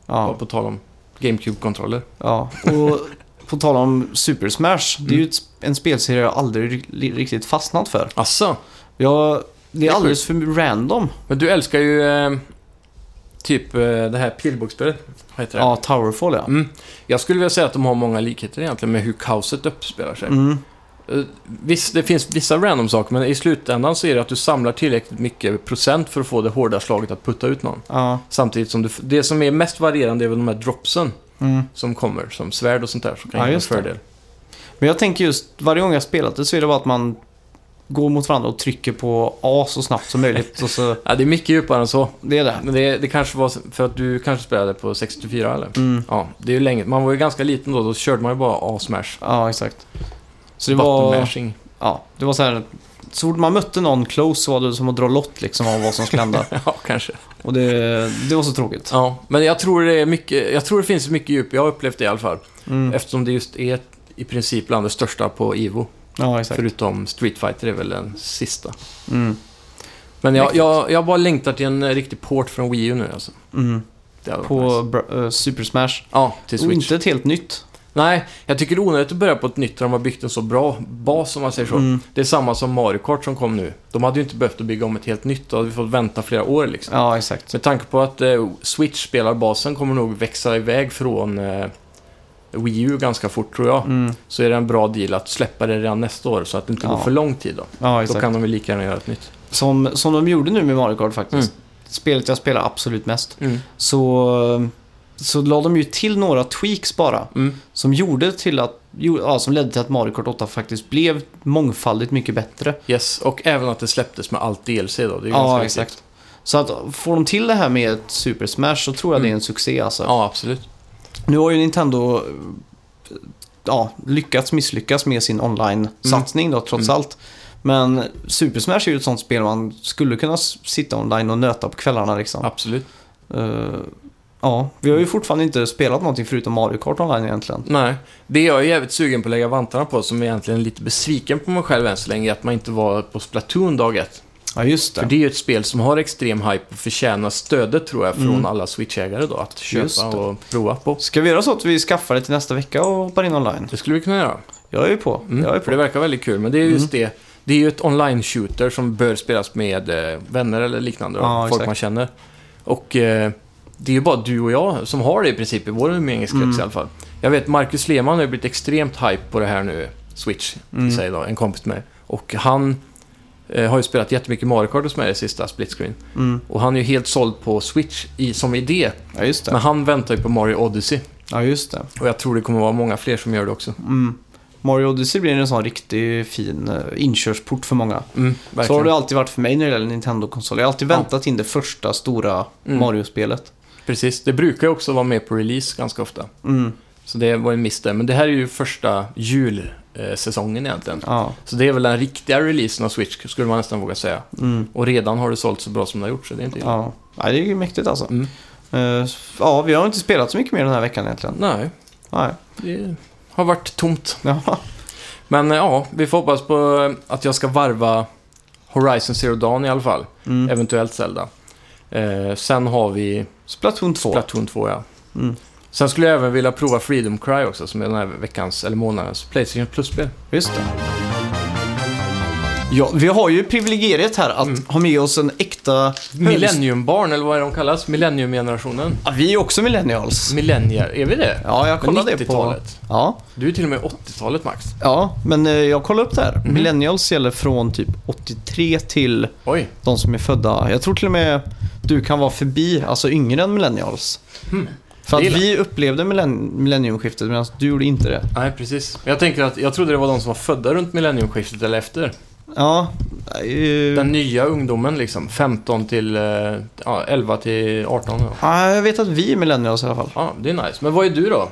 A: Ja.
B: på tal om GameCube-kontroller.
A: ja. Och på tal om Super Smash, det är
B: Mm.
A: ju ett, en spelserie jag aldrig ri- riktigt fastnat för.
B: Asså?
A: Jag, det
B: är
A: är alldeles för random.
B: Men du älskar ju eh, typ eh, det här pilbågsspelet. Vad heter det?
A: Ja, Towerfall ja.
B: Mm. Jag skulle vilja säga att de har många likheter egentligen med hur kaoset uppspelar sig.
A: Mm.
B: Eh, Visst, det finns vissa random saker, men i slutändan så är det att du samlar tillräckligt mycket procent för att få det hårda slaget att putta ut någon.
A: Ja.
B: Samtidigt som du, f- det som är mest varierande är väl de här dropsen
A: Mm.
B: som kommer, som svärd och sånt där, som kan
A: Ja,
B: ge en
A: just det.
B: fördel.
A: Men jag tänker just, varje gång jag spelat det så är det bara att man går mot varandra och trycker på A så snabbt som möjligt. Och så,
B: Ja, det är mycket djupare än så.
A: det är det.
B: Men det, det kanske var för att du kanske spelade på 64 eller?
A: Mm.
B: Ja, det är ju länge. Man var ju ganska liten då, då körde man ju bara A-smash.
A: Ja, exakt. Så det
B: Button
A: var,
B: mashing.
A: ja, det var så här, så fort man mötte någon close så var det som att dra lott liksom av vad som skulle hända.
B: Ja, kanske.
A: Och det, det var så tråkigt.
B: Ja, men jag tror det är mycket, jag tror det finns mycket djup. Jag har upplevt det i alla fall.
A: Mm.
B: Eftersom det just är i princip bland det största på Ivo.
A: Ja, exakt.
B: Förutom Street Fighter är väl den sista.
A: Mm.
B: Men jag, jag, jag bara längtar till en eh, riktig port från Wii U nu alltså.
A: Mm.
B: Det hade varit
A: På
B: Oh, nice.
A: br- eh, Super Smash.
B: Ja, till
A: Och
B: Switch.
A: inte ett helt nytt.
B: Nej, jag tycker det är onödigt att börja på ett nytt där de har byggt en så bra bas om man säger så.
A: Mm.
B: Det är samma som Mario Kart som kom nu. De hade ju inte behövt att bygga om ett helt nytt. Då hade vi fått vänta flera år liksom.
A: Ja, exakt.
B: Med tanke på att eh, Switch-spelarbasen kommer nog växa iväg från eh, Wii U ganska fort tror jag.
A: Mm.
B: Så är det en bra deal att släppa det redan nästa år så att det inte går
A: Ja.
B: för lång tid då.
A: Ja,
B: Då
A: exakt.
B: kan de ju lika gärna göra ett nytt.
A: Som, som de gjorde nu med Mario Kart faktiskt. Spelet jag spelar absolut mest.
B: Mm.
A: Så, så la de ju till några tweaks bara.
B: Mm.
A: Som gjorde till att, jo- ja, som ledde till att Mario Kart 8 faktiskt blev mångfaldigt mycket bättre.
B: Yes, och även att det släpptes med allt DLC då. Det är ju ganska
A: Ja,
B: viktigt.
A: exakt. Så att får de till det här med ett Super Smash så tror jag det är en succé alltså.
B: Mm. Ja, absolut.
A: Nu har ju Nintendo eh, ja, lyckats misslyckas med sin online-satsning då trots
B: Mm.
A: allt. Men Super Smash är ju ett sånt spel man skulle kunna s- sitta online och nöta på kvällarna liksom.
B: Absolut.
A: Eh, ja, vi har ju fortfarande inte spelat någonting förutom Mario Kart online egentligen.
B: Nej, det jag är jävligt sugen på att lägga vantarna på som jag egentligen är lite besviken på mig själv än så länge är att man inte var på Splatoon dag ett.
A: Ja, just
B: För det är ju ett spel som har extrem hype och förtjänar stödet tror jag från
A: Mm.
B: alla Switch-ägare då att
A: Just
B: köpa
A: det.
B: och prova på.
A: Ska vi göra så att vi skaffar det till nästa vecka och hoppar in online?
B: Det skulle vi kunna göra.
A: Jag är ju på.
B: Mm,
A: Jag är
B: för det
A: på. Mm.
B: verkar väldigt kul, men det är just det. Det är ju ett online-shooter som bör spelas med eh, vänner eller liknande, då,
A: Ja,
B: folk
A: exakt.
B: man känner. Och eh, det är ju bara du och jag som har det i princip, i vår umgängeskrets
A: Mm.
B: i alla fall. Jag vet, Marcus Lehmann har ju blivit extremt hype på det här nu, Switch,
A: Mm.
B: i sig då, en kompis med mig. Och han eh, har ju spelat jättemycket Mario Kart hos mig i sista split screen.
A: Mm.
B: Och han är ju helt såld på Switch i, som idé,
A: Ja, just
B: men
A: det.
B: han väntar ju på Mario Odyssey.
A: Ja, just det.
B: Och jag tror det kommer vara många fler som gör det också.
A: Mm. Mario Odyssey blir en sån riktigt fin eh, inkörsport för många.
B: Mm,
A: Så har
B: verkligen.
A: det alltid varit för mig när det gäller Nintendo-konsoler. Jag har alltid
B: Ja.
A: väntat in det första stora
B: Mm.
A: Mario-spelet.
B: Precis, det brukar ju också vara med på release ganska ofta.
A: Mm.
B: Så det var en miss där. Men det här är ju första julsäsongen egentligen.
A: Ja.
B: Så det är väl den riktiga releasen av Switch, skulle man nästan våga säga.
A: Mm.
B: Och redan har det sålt så bra som det har gjort, så det är inte illa.
A: Ja. ja, det är ju mäktigt alltså.
B: Mm.
A: Eh, ja, vi har inte spelat så mycket mer den här veckan egentligen.
B: Nej,
A: Nej.
B: det har varit tomt.
A: Ja.
B: Men eh, ja, vi får hoppas på eh, att jag ska varva Horizon Zero Dawn i alla fall.
A: Mm.
B: Eventuellt Zelda. Eh, sen har vi
A: Splatoon 2.
B: Platoon 2, ja.
A: Mm.
B: Sen skulle jag även vilja prova Freedom Cry också, som är den här veckans, eller månadens, Playstation Plus-spel.
A: Just det. Ja, vi har ju privilegiet här att
B: Mm.
A: ha med oss en äkta...
B: Millenniumbarn, eller vad är de kallas? Millenniumgenerationen?
A: Ja, vi är också
B: Mm.
A: millennials.
B: Millennier, är vi det?
A: Ja, jag
B: Men
A: kollade det på...
B: 90-talet.
A: Ja,
B: Du är till och med 80-talet Max.
A: ja, men eh, jag kollade upp det här.
B: Mm.
A: Millennials gäller från typ 83 till
B: Oj,
A: de som är födda. Jag tror till och med du kan vara förbi, alltså yngre än millennials. För att
B: Hmm. Det gillar
A: vi upplevde millenn- millenniumskiftet medan du gjorde inte det.
B: nej precis. Jag tänker att, jag trodde det var de som var födda runt millenniumskiftet eller efter.
A: Ja, eh,
B: Den nya ungdomen liksom, 15 till, eh, ja, 11 till 18. Ja.
A: ja, jag vet att vi är millennials i alla fall.
B: ja, det är nice. Men vad är du då?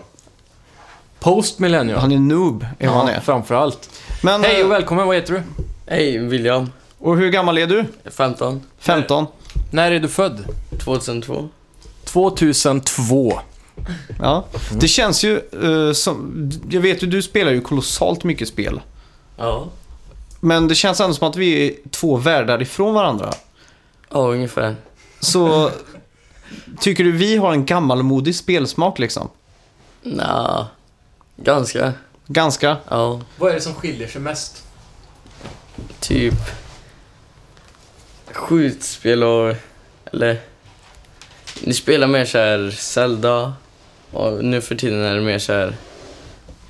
B: Post millennial?
A: Han är noob, är vad han är.
B: framför allt.
A: Men,
B: Hej
A: eh,
B: och välkommen, vad heter du?
C: Hej, William.
A: och hur gammal är du?
C: 15.
A: 15?
B: När är du född?
C: 2002.
B: 2002.
A: Ja. Det känns ju eh, som... Jag vet ju, du spelar ju kolossalt mycket spel.
C: Ja.
A: Men det känns ändå som att vi är två världar ifrån varandra.
C: Ja, ungefär.
A: Så tycker du vi har en gammalmodig spelsmak liksom?
C: Nja, ganska.
A: Ganska.
C: Ja,
B: Vad är det som skiljer sig mest?
C: typ skjutspel och... Eller... Ni spelar mer så här Zelda och nu för tiden är det mer så här...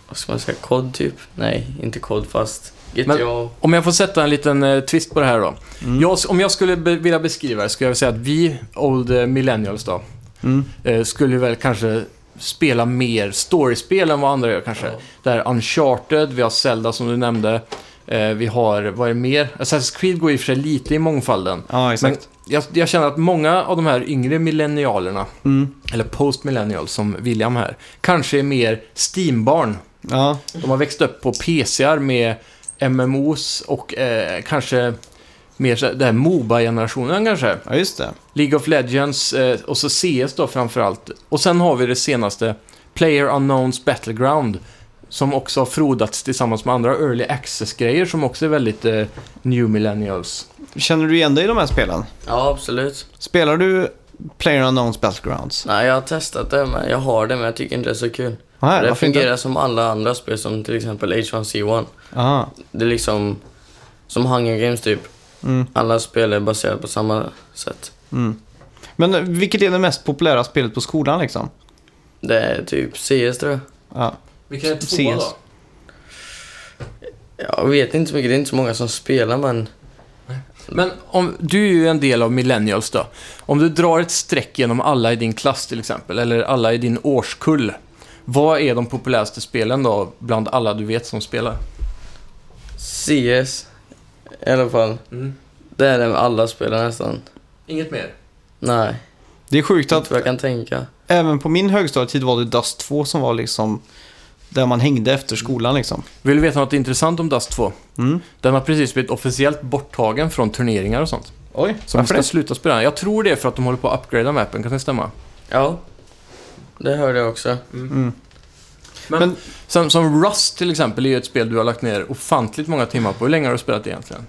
C: Vad ska man säga? COD typ? Nej, inte COD fast GTA.
B: Om jag får sätta en liten eh, twist på det här då.
A: Mm.
B: Jag, om jag skulle be, vilja beskriva det skulle jag säga att vi, Old eh, Millennials då,
A: Mm.
B: eh, skulle väl kanske spela mer storiespel än vad andra gör kanske.
C: Ja.
B: Där Uncharted, vi har Zelda som du nämnde, eh, vi har, vad är det mer? Assassin's Creed går i och för sig lite i mångfalden.
A: Ja, exakt.
B: Jag, jag känner att många av de här yngre millennialerna,
A: Mm.
B: eller post-millennials som William här, kanske är mer Steam-barn.
A: Ja,
B: De har växt upp på PCar med MMOs och eh, kanske mer så här- det här Moba-generationen kanske.
A: ja, just det.
B: League of Legends eh, och så CS då framförallt. Och sen har vi det senaste, Player Unknowns Battleground. Som också har frodats tillsammans med andra early access-grejer som också är väldigt eh, new millennials.
A: Känner du igen dig i de här spelen?
C: Ja, absolut.
A: Spelar du PlayerUnknown's Battlegrounds?
C: Nej, jag har testat det, men jag har det, men jag tycker inte det är så kul.
A: Nej,
C: det
A: varför inte?
C: fungerar som alla andra spel, som till exempel H1C1.
A: Aha.
C: Det är liksom som Hunger Games, typ.
A: Mm,
C: Alla spel är baserade på samma sätt.
A: mm. Men eh, vilket är det mest populära spelet på skolan liksom?
C: Det är typ CS, tror jag.
A: Ja,
B: Vilken är
A: tvåa då?
C: Jag vet inte så mycket, det är inte så många som spelar, men...
B: Men om, du är ju en del av millennials då. Om du drar ett streck genom alla i din klass till exempel, eller alla i din årskull. Vad är de populäraste spelen då, bland alla du vet som spelar?
C: CS, i alla fall. Det är det med alla spelar nästan.
B: Inget mer?
C: Nej,
A: det är sjukt
C: inte
A: att
C: vad jag kan tänka.
A: även på min högstadietid var det Dust 2 som var liksom där man hängde efter skolan liksom.
B: Vill du veta något intressant om Dust 2?
A: Mm.
B: Den har precis blivit officiellt borttagen från turneringar och sånt.
A: Oj,
B: Så man
A: varför
B: ska
A: det?
B: sluta spela den. Jag tror det är för att de håller på att upgrada mappen, kan det stämma?
C: Ja, det hörde jag också.
A: Mm.
B: Men,
A: Men-
B: som, som Rust till exempel är ju ett spel du har lagt ner ofantligt många timmar på. Hur länge har du spelat det egentligen?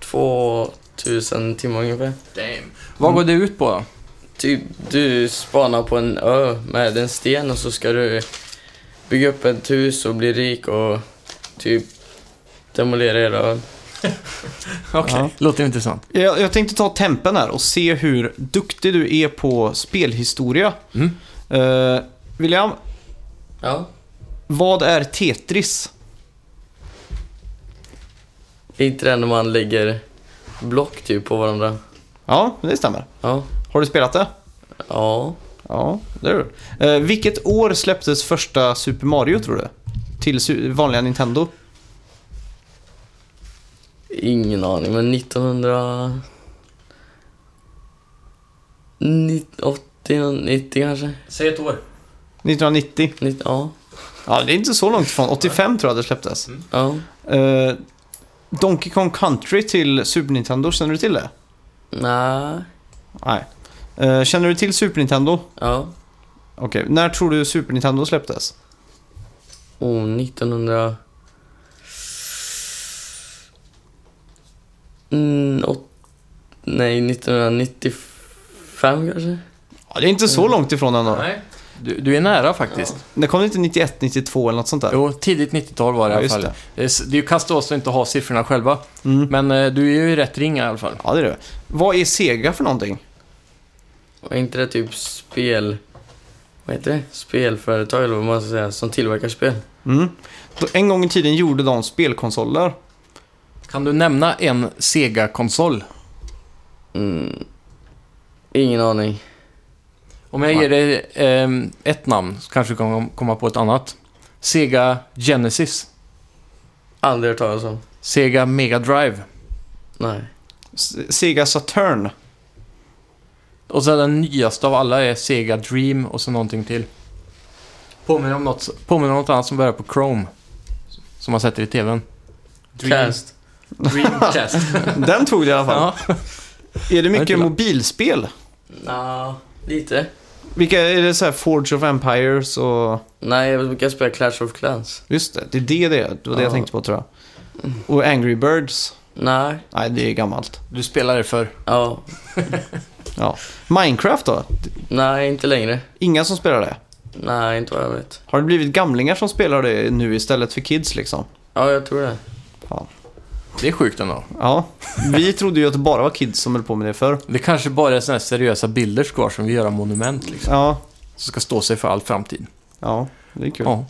C: 2000 timmar ungefär.
B: Damn.
A: Mm.
B: Vad går det ut på då?
C: Typ, du spanar på en ö med en sten och så ska du bygga upp ett hus och bli rik och typ demolera hela ön.
B: Okej,
A: Ja.
B: låter intressant.
A: Jag, jag tänkte ta tempen här och se hur duktig du är på spelhistoria.
B: Mm.
A: Eh, William,
C: Ja.
A: vad är Tetris?
C: Det är inte det när man lägger block typ på varandra.
A: Ja, det stämmer.
C: Ja.
A: Har du spelat det?
C: Ja.
A: Ja, det är det. Eh, vilket år släpptes första Super Mario tror du? Till su- vanliga Nintendo?
C: Ingen aning, men 1900... 80, 90 kanske?
B: Säg ett år.
A: 1990?
C: 90, ja.
A: Ja, det är inte så långt ifrån. 85 tror jag det släpptes.
C: Ja.
A: Eh, Donkey Kong Country till Super Nintendo, känner du till det?
C: Nej.
A: Nej. Eh, känner du till Super Nintendo?
C: Ja.
A: Okej, när tror du Super Nintendo släpptes?
C: Och 1900... Mm, åt... Nej, 1995 kanske?
A: Ja, det är inte så långt ifrån ändå.
B: Eh, Nej. Du, du är nära faktiskt.
A: Det kom inte 91, 92 eller något sånt där?
B: Jo, tidigt 90-tal var det
A: Ja,
B: i alla
A: just
B: fall.
A: det.
B: Det är, s- det är ju kast av oss att inte ha siffrorna själva.
A: Mm.
B: Men eh, du är ju i rätt ring i alla fall.
A: Ja, det är det. Vad är Sega för någonting?
C: Var inte det typ spel... Vad heter det? Spelföretag eller vad man ska säga, som tillverkar spel?
A: Mm. Då- En gång i tiden gjorde de spelkonsoler.
B: Kan du nämna en Sega-konsol?
C: Mm. Ingen aning.
B: Om jag ger dig ehm, ett namn så kanske du kan komma på ett annat. Sega Genesis.
C: Aldrig hört talas om.
B: Sega Mega Drive.
C: Nej.
A: S- Sega Saturn.
B: Och sen den nyaste av alla är Sega Dream och så någonting till. Påminner om något, påminner om något annat som börjar på Chrome. Som man sätter i TVn.
C: Cast.
B: Dreamcast.
A: Den tog det i alla fall.
B: ja.
A: Är det mycket
B: Jag gillar.
A: mobilspel?
C: Nja, lite.
A: Vilka är det så här Forge of Empires och...
C: Nej, jag brukar spela Clash of Clans.
A: Just det, det är det det är. Det var det jag
C: Ja.
A: tänkte på tror jag. Och Angry Birds.
C: Nej.
A: Nej, det är gammalt.
B: Du spelade för.
C: Ja.
A: Minecraft då?
C: Nej, inte längre.
A: Inga som spelar det?
C: Nej, inte vad jag vet.
A: Har det blivit gamlingar som spelar det nu istället för kids liksom?
C: Ja, jag tror det.
B: Det är sjukt ändå.
A: Ja. Vi trodde ju att det bara var kids som höll på med det förr.
B: Det kanske bara är sådana här seriösa bilder kvar som vill göra monument liksom.
A: Ja,
B: Som ska stå sig för all framtid.
A: ja. Det är kul.
B: Ja.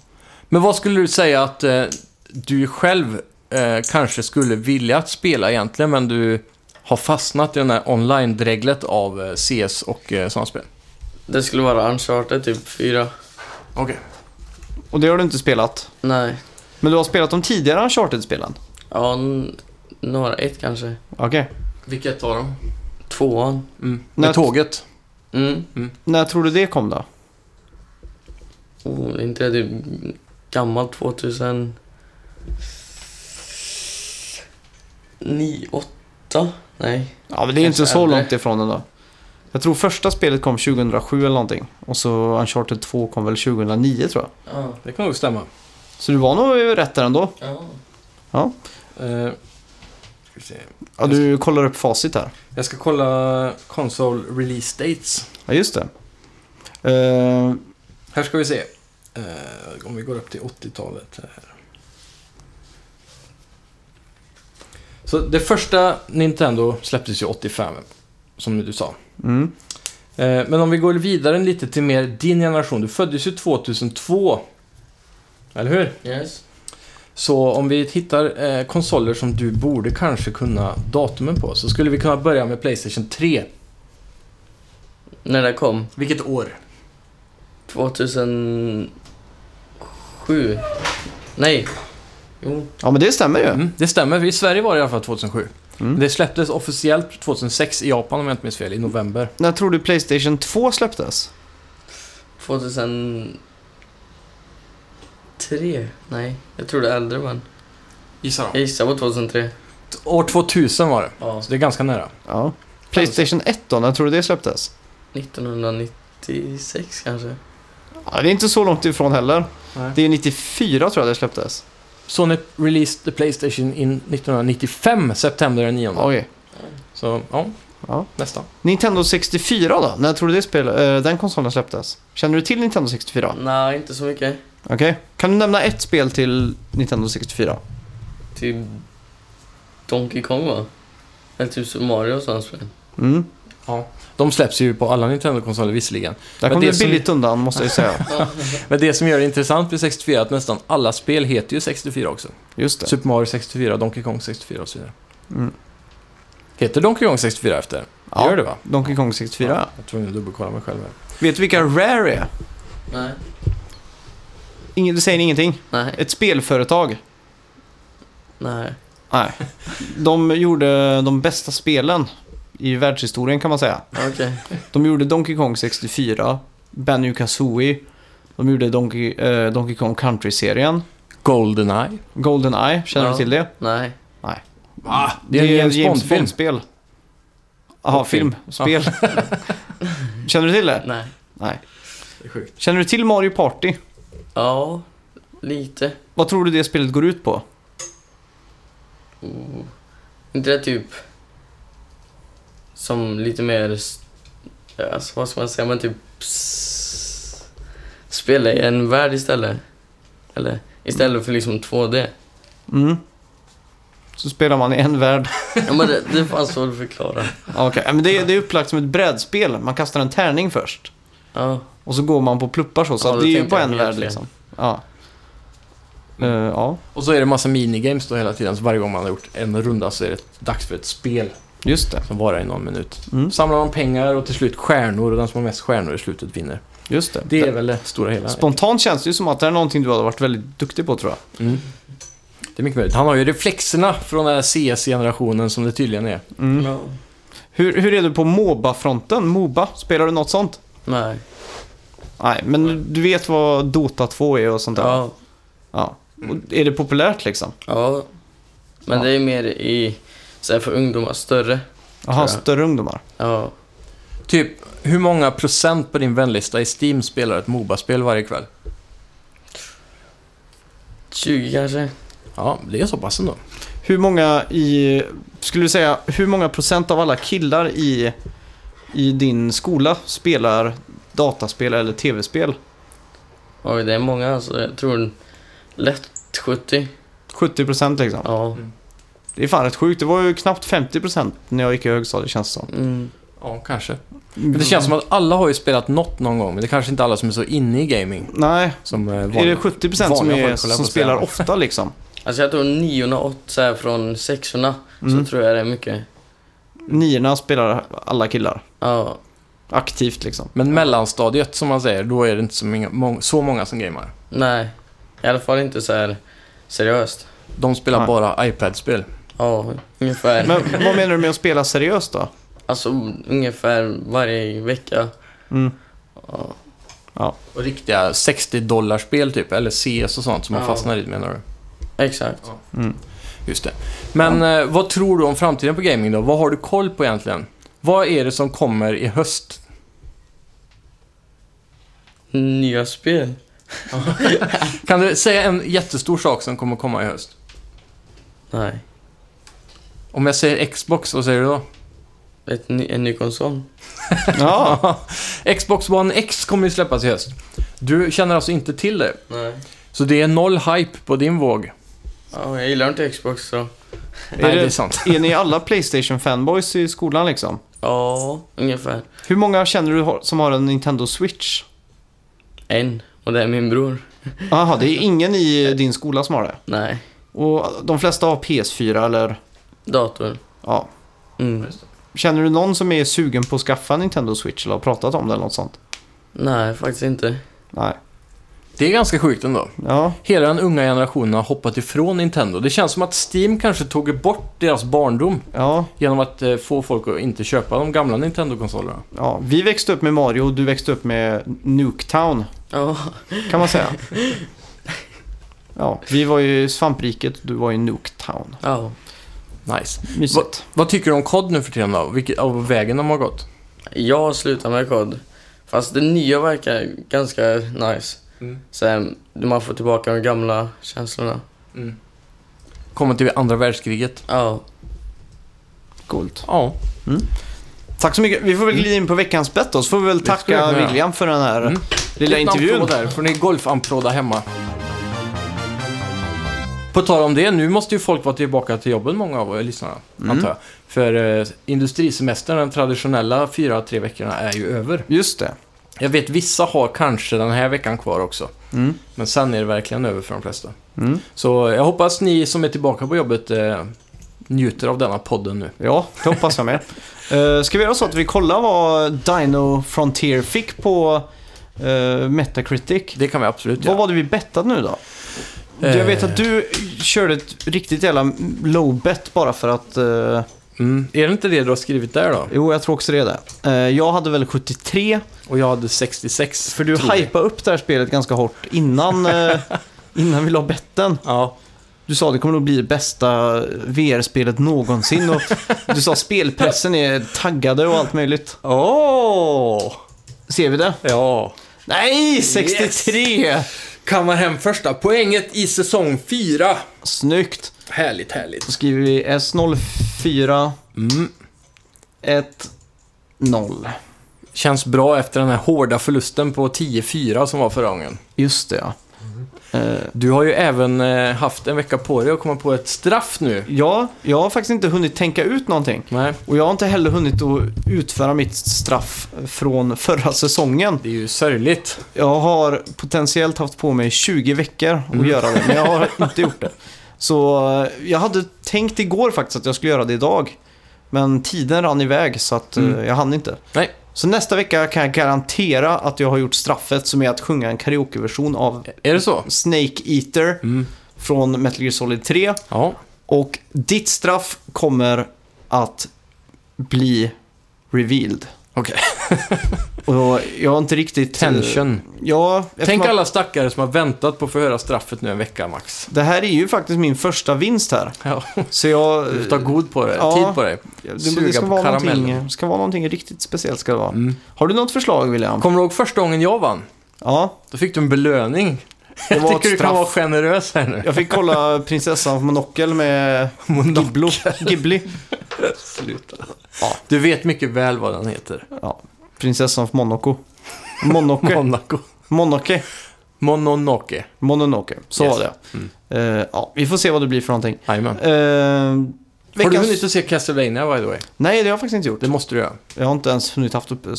B: Men vad skulle du säga att eh, du själv eh, kanske skulle vilja att spela egentligen, men du har fastnat i den här online-dreglet av eh, CS och eh, sådana spel?
C: Det skulle vara Uncharted typ 4.
B: Okej.
A: Och det har du inte spelat.
C: Nej.
A: Men du har spelat de tidigare Uncharted-spelen?
C: Ja, n- några. Ett kanske.
A: Okej.
B: Vilket av dem?
C: Tvåan.
B: Mm.
A: När-
B: Med tåget.
C: Mm.
A: När tror du det kom då?
C: Oh, det är inte det typ gammalt 2000... 9, 8? Nej.
A: Ja, men det är
C: Kanske
A: inte så
C: äldre.
A: långt ifrån ändå. Jag tror första spelet kom 2007 eller någonting. Och så Uncharted 2 kom väl 2009 tror jag.
C: Ja.
B: Det kan nog stämma.
A: Så du var nog rätt där ändå.
C: ja.
B: Eh, ska vi se.
A: Ja, du kollar upp facit här.
B: Jag ska kolla console release dates.
A: Ja, just det. Eh,
B: Här ska vi se. Eh, om vi går upp till 80-talet. Här. Så det första Nintendo släpptes ju 85, som du sa.
A: mm.
B: Eh, Men om vi går vidare lite till mer din generation. Du föddes ju 2002. Eller hur?
C: Yes.
B: Så om vi hittar eh, konsoler som du borde kanske kunna datumen på så skulle vi kunna börja med Playstation 3.
C: När det kom?
B: Vilket år?
C: 2007? Nej. Jo.
A: ja men det stämmer ju.
B: Mm, det stämmer, i Sverige var det i alla fall 2007.
A: Mm.
B: Det släpptes officiellt 2006 i Japan om jag inte minns fel, i november.
A: När tror du Playstation 2 släpptes?
C: 2003? Nej, jag tror det är äldre men.
B: Gissa
C: Jag gissar på 2003.
B: År 2000 var det,
C: Ja.
B: så det är ganska nära.
A: Ja. Playstation 1 då, när tror du det släpptes?
C: 1996 kanske?
A: Ja, det är inte så långt ifrån heller.
B: Nej.
A: Det är 94 tror jag det släpptes.
B: Sony released the Playstation in 1995, september den 9.
A: Oj.
B: Så, ja.
A: Ja.
B: Nästan.
A: Nintendo 64 då? När tror du det spel, eh, den konsolen släpptes? Känner du till Nintendo 64?
C: Nej, inte så mycket.
A: Okej. Kan du nämna ett spel till Nintendo 64?
C: Typ Donkey Kong va? Eller typ Super Mario och sådana spel.
A: Mm.
B: De släpps ju på alla Nintendo-konsoler visserligen.
A: Där
B: Men
A: kom
B: det
A: du
B: som-
A: billigt undan måste jag ju säga.
B: Men det som gör det intressant med 64 är att nästan alla spel heter ju 64 också.
A: Just det.
B: Super Mario 64, Donkey Kong 64 och så vidare.
A: Mm.
B: Heter Donkey Kong 64 efter?
A: Ja.
B: Gör det va?
A: Donkey Kong 64.
B: Ja, jag tror jag dubbelkolla mig själv här.
A: Vet du vilka Rare är?
C: Nej.
A: Ingen, det säger ingenting.
C: Nej.
A: Ett spelföretag.
C: Nej.
A: Nej. De gjorde de bästa spelen i världshistorien kan man säga.
C: Okej.
A: De gjorde Donkey Kong 64, Banjo Kazooie, de gjorde Donkey, eh, Donkey Kong Country-serien,
B: Goldeneye.
A: Goldeneye, känner
C: Ja.
A: du till det?
C: Nej.
B: Va? Det är en James, Bond-film.
A: Bond-spel. Jaha,
B: Och film.
A: film. Spel. känner du till det?
C: Nej.
A: Nej.
B: Det är sjukt.
A: Känner du till Mario Party?
C: Ja, lite.
A: Vad tror du det spelet går ut på?
C: Oh. Inte det typ som lite mer, s- alltså, vad ska man säga, men typ s- spela i en värld istället. Eller istället för liksom 2D.
A: Mm. Så spelar man i en värld.
C: Ja, men det, det fanns svårt att förklara.
A: Ja, Okej, men det, är- det är upplagt som ett brädspel. Man kastar en tärning först.
C: Ja,
A: Och så går man på pluppar så. Så
C: Ja,
A: att
C: då
A: det är ju
C: tänkte
A: på
C: jag
A: en värld
C: egentligen.
A: liksom. Ja. Eh, ja,
B: Och så är det massa minigames då hela tiden. Så varje gång man har gjort en runda så är det dags för ett spel
A: just det.
B: som varar i någon minut.
A: Mm,
B: Samlar man pengar och till slut stjärnor och den som har mest stjärnor i slutet vinner.
A: just det.
B: Det är väl det stora hela.
A: Spontant känns det ju som att det är någonting du hade varit väldigt duktig på tror jag.
B: Mm. Det är mycket möjligt. Han har ju reflexerna från den här CS-generationen som det tydligen är.
C: Ja.
A: Hur, hur är du på Moba-fronten? Moba, spelar du något sånt?
C: nej.
A: Nej, men du vet vad Dota 2 är och sånt där?
C: Ja,
A: ja. Och är det populärt liksom?
C: ja. Men
A: Ja.
C: det är mer i, så här för ungdomar, större.
A: Jaha,
C: Tror jag.
A: större ungdomar.
C: Ja,
B: Typ, hur många procent på din vänlista i Steam spelar ett Moba-spel varje kväll?
C: 20 kanske.
B: Ja, det är så pass ändå.
A: Hur många i, skulle du säga, hur många procent av alla killar i, i din skola spelar dataspel eller tv-spel?
C: Oj, det är många alltså. Jag tror lätt 70.
A: 70 procent liksom.
C: Ja.
A: Det är fan rätt sjukt. Det var ju knappt 50 procent när jag gick i högstadiet känns det som.
C: Mm.
B: Ja, kanske. Men det känns som att alla har ju spelat något någon gång, men det är kanske inte alla som är så inne i gaming.
A: Mm. Nej,
B: Som eh,
A: är det
B: vanliga-
A: 70 procent som,
B: vanliga
A: är,
B: folk, höll jag på
A: som
B: att säga.
A: spelar ofta liksom?
C: Alltså jag tror niorna och åt så här från sexorna,
A: Mm.
C: så tror jag det är mycket.
A: Niorna spelar alla killar.
C: Ja,
A: aktivt liksom.
B: Men mellanstadiet, som man säger, då är det inte så många, må- så många som gamer.
C: Nej, i alla fall inte så här seriöst.
B: De spelar
A: Nej.
B: bara iPad-spel.
C: Ja, ungefär.
A: Men vad menar du med att spela seriöst då?
C: Alltså ungefär varje vecka.
A: Mm.
C: Ja.
B: Och riktiga 60-dollarspel typ, eller CS och sånt som man
C: Ja.
B: fastnar i, menar du?
C: Exakt.
A: Mm.
B: Just det. Men eh, vad tror du om framtiden på gaming då? Vad har du koll på egentligen? Vad är det som kommer i höst?
C: Nya spel.
B: Kan du säga en jättestor sak som kommer komma i höst?
C: Nej.
B: Om jag säger Xbox, vad säger du då?
C: Ett ny, en ny konsol.
A: Ja,
B: Xbox One X kommer ju släppas i höst. Du känner alltså inte till det.
C: Nej.
B: Så det är noll hype på din våg.
C: Ja, jag gillar inte Xbox så.
B: Nej, det är
A: det-
B: sant.
A: är ni alla Playstation-fanboys i skolan liksom?
C: Ja, ungefär.
A: Hur många känner du har- som har en Nintendo Switch?
C: En. Och det är min bror.
A: Jaha, det är ingen i din skola som har det.
C: Nej.
A: Och de flesta har PS4 eller...
C: Dator.
A: Ja.
C: Mm.
A: Känner du någon som är sugen på att skaffa en Nintendo Switch eller har pratat om det eller något sånt?
C: Nej, faktiskt inte.
A: Nej.
B: Det är ganska sjukt ändå.
A: Ja.
B: Hela den unga generationen har hoppat ifrån Nintendo. Det känns som att Steam kanske tog bort deras barndom
A: Ja,
B: genom att eh, få folk att inte köpa de gamla Nintendo-konsolerna.
A: ja. Vi växte upp med Mario och du växte upp med Nuketown.
C: Ja,
A: Kan man säga. Ja, vi var ju svampriket du var ju Nuketown.
C: ja.
B: Nice.
A: Mysigt.
B: Vad tycker du om COD nu för tiden då? Vilket, av vägen de har gått?
C: Jag har slutat med kod. Fast det nya verkar ganska nice.
B: Mm.
C: Sen, man får tillbaka de gamla känslorna.
B: Kommer till andra världskriget.
C: Ja.
A: Coolt.
B: Ja.
A: Tack så mycket. Vi får väl glida in på veckans bett då, så får vi väl
B: Det skulle jag
A: tacka
B: kunna göra.
A: William för den här
B: Mm.
A: lilla
B: Liten
A: intervjun.
B: applåd Där får ni golfamplåda hemma. På tal om det, nu måste ju folk vara tillbaka till jobben, många av er lyssnarna, antar jag. För eh, industrisemestern, den traditionella fyra, tre veckorna, är ju över.
A: Just det.
B: Jag vet vissa har kanske den här veckan kvar också.
A: Mm.
B: Men sen är det verkligen över för de flesta.
A: Mm.
B: Så jag hoppas ni som är tillbaka på jobbet eh, njuter av denna podden nu.
A: Ja, det hoppas jag med. uh, ska vi göra så att vi kollar vad Dino Frontier fick på eh, Metacritic?
B: Det kan vi absolut
A: Vad
B: göra.
A: var det vi bettat nu då? Jag vet att du körde ett riktigt jävla low bet bara för att... eh,
B: Mm. Är det inte det du har skrivit där då?
A: jo, jag tror också det där. Eh, jag hade väl 73,
B: Och jag hade 66.
A: för du
B: tror jag.
A: hypade upp det här spelet ganska hårt innan, eh, innan vi la betten.
B: Ja,
A: Du sa det kommer nog bli det bästa VR-spelet någonsin och du sa spelpressen är taggade och allt möjligt.
B: Åh!
A: Ser vi det?
B: Ja.
A: Nej, 63!
B: Kammar hem första poänget i säsong 4.
A: Snyggt!
B: Härligt, härligt.
A: Då skriver vi S04
B: Mm.
A: 1 0.
B: Känns bra efter den här hårda förlusten på 10-4 som var förra gången.
A: Just det ja.
B: Mm.
A: Eh,
B: Du har ju även eh, haft en vecka på dig att komma på ett straff nu.
A: ja, jag har faktiskt inte hunnit tänka ut någonting.
B: Nej,
A: Och jag har inte heller hunnit att utföra mitt straff från förra säsongen.
B: det är ju sörjligt.
A: Jag har potentiellt haft på mig 20 veckor att
B: Mm.
A: göra det, men jag har inte gjort det. Så eh, jag hade tänkt igår faktiskt att jag skulle göra det idag. Men tiden rann iväg så att eh,
B: Mm.
A: jag hann inte.
B: Nej.
A: Så nästa vecka kan jag garantera att jag har gjort straffet som är att sjunga en karaokeversion av
B: Är det så?
A: Snake Eater
B: Mm.
A: från Metal Gear Solid 3.
B: Ja.
A: Och ditt straff kommer att bli revealed.
B: Okej.
A: Och jag har inte riktigt... eh,
B: Tension.
A: Ja, eftersom
B: Tänk
A: att-
B: alla stackare som har väntat på att få höra straffet nu en vecka max.
A: Det här är ju faktiskt min första vinst här.
B: Ja.
A: Så jag...
B: Du får ta god på det,
A: Ja.
B: tid på dig.
A: det, det
B: Suga
A: ska,
B: på
A: vara någonting,
B: karamellen.
A: ska vara någonting riktigt speciellt ska det vara.
B: Mm.
A: Har du något förslag William?
B: Kommer du ihåg första gången jag vann?
A: Ja,
B: Då fick du en belöning.
A: det
B: Jag
A: var ett
B: tycker du kan vara
A: straff.
B: generös här nu.
A: Jag fick kolla Prinsessan på Monokel med Giblo, Ghibli.
B: Du vet mycket väl vad den heter.
A: Ja, Prinsessan på Monaco. Monoke.
B: Monaco.
A: Monoke.
B: Mononoke.
A: Mononoke. Så
B: Yes. Mm.
A: var det. Eh, ja, vi får se vad det blir för någonting.
B: Jajamän.
A: Eh,
B: Har du
A: veckans-
B: hunnit att se Castlevania by the way?
A: Nej, det har jag faktiskt inte gjort.
B: Det måste du göra.
A: Jag har inte ens hunnit haft upp eh,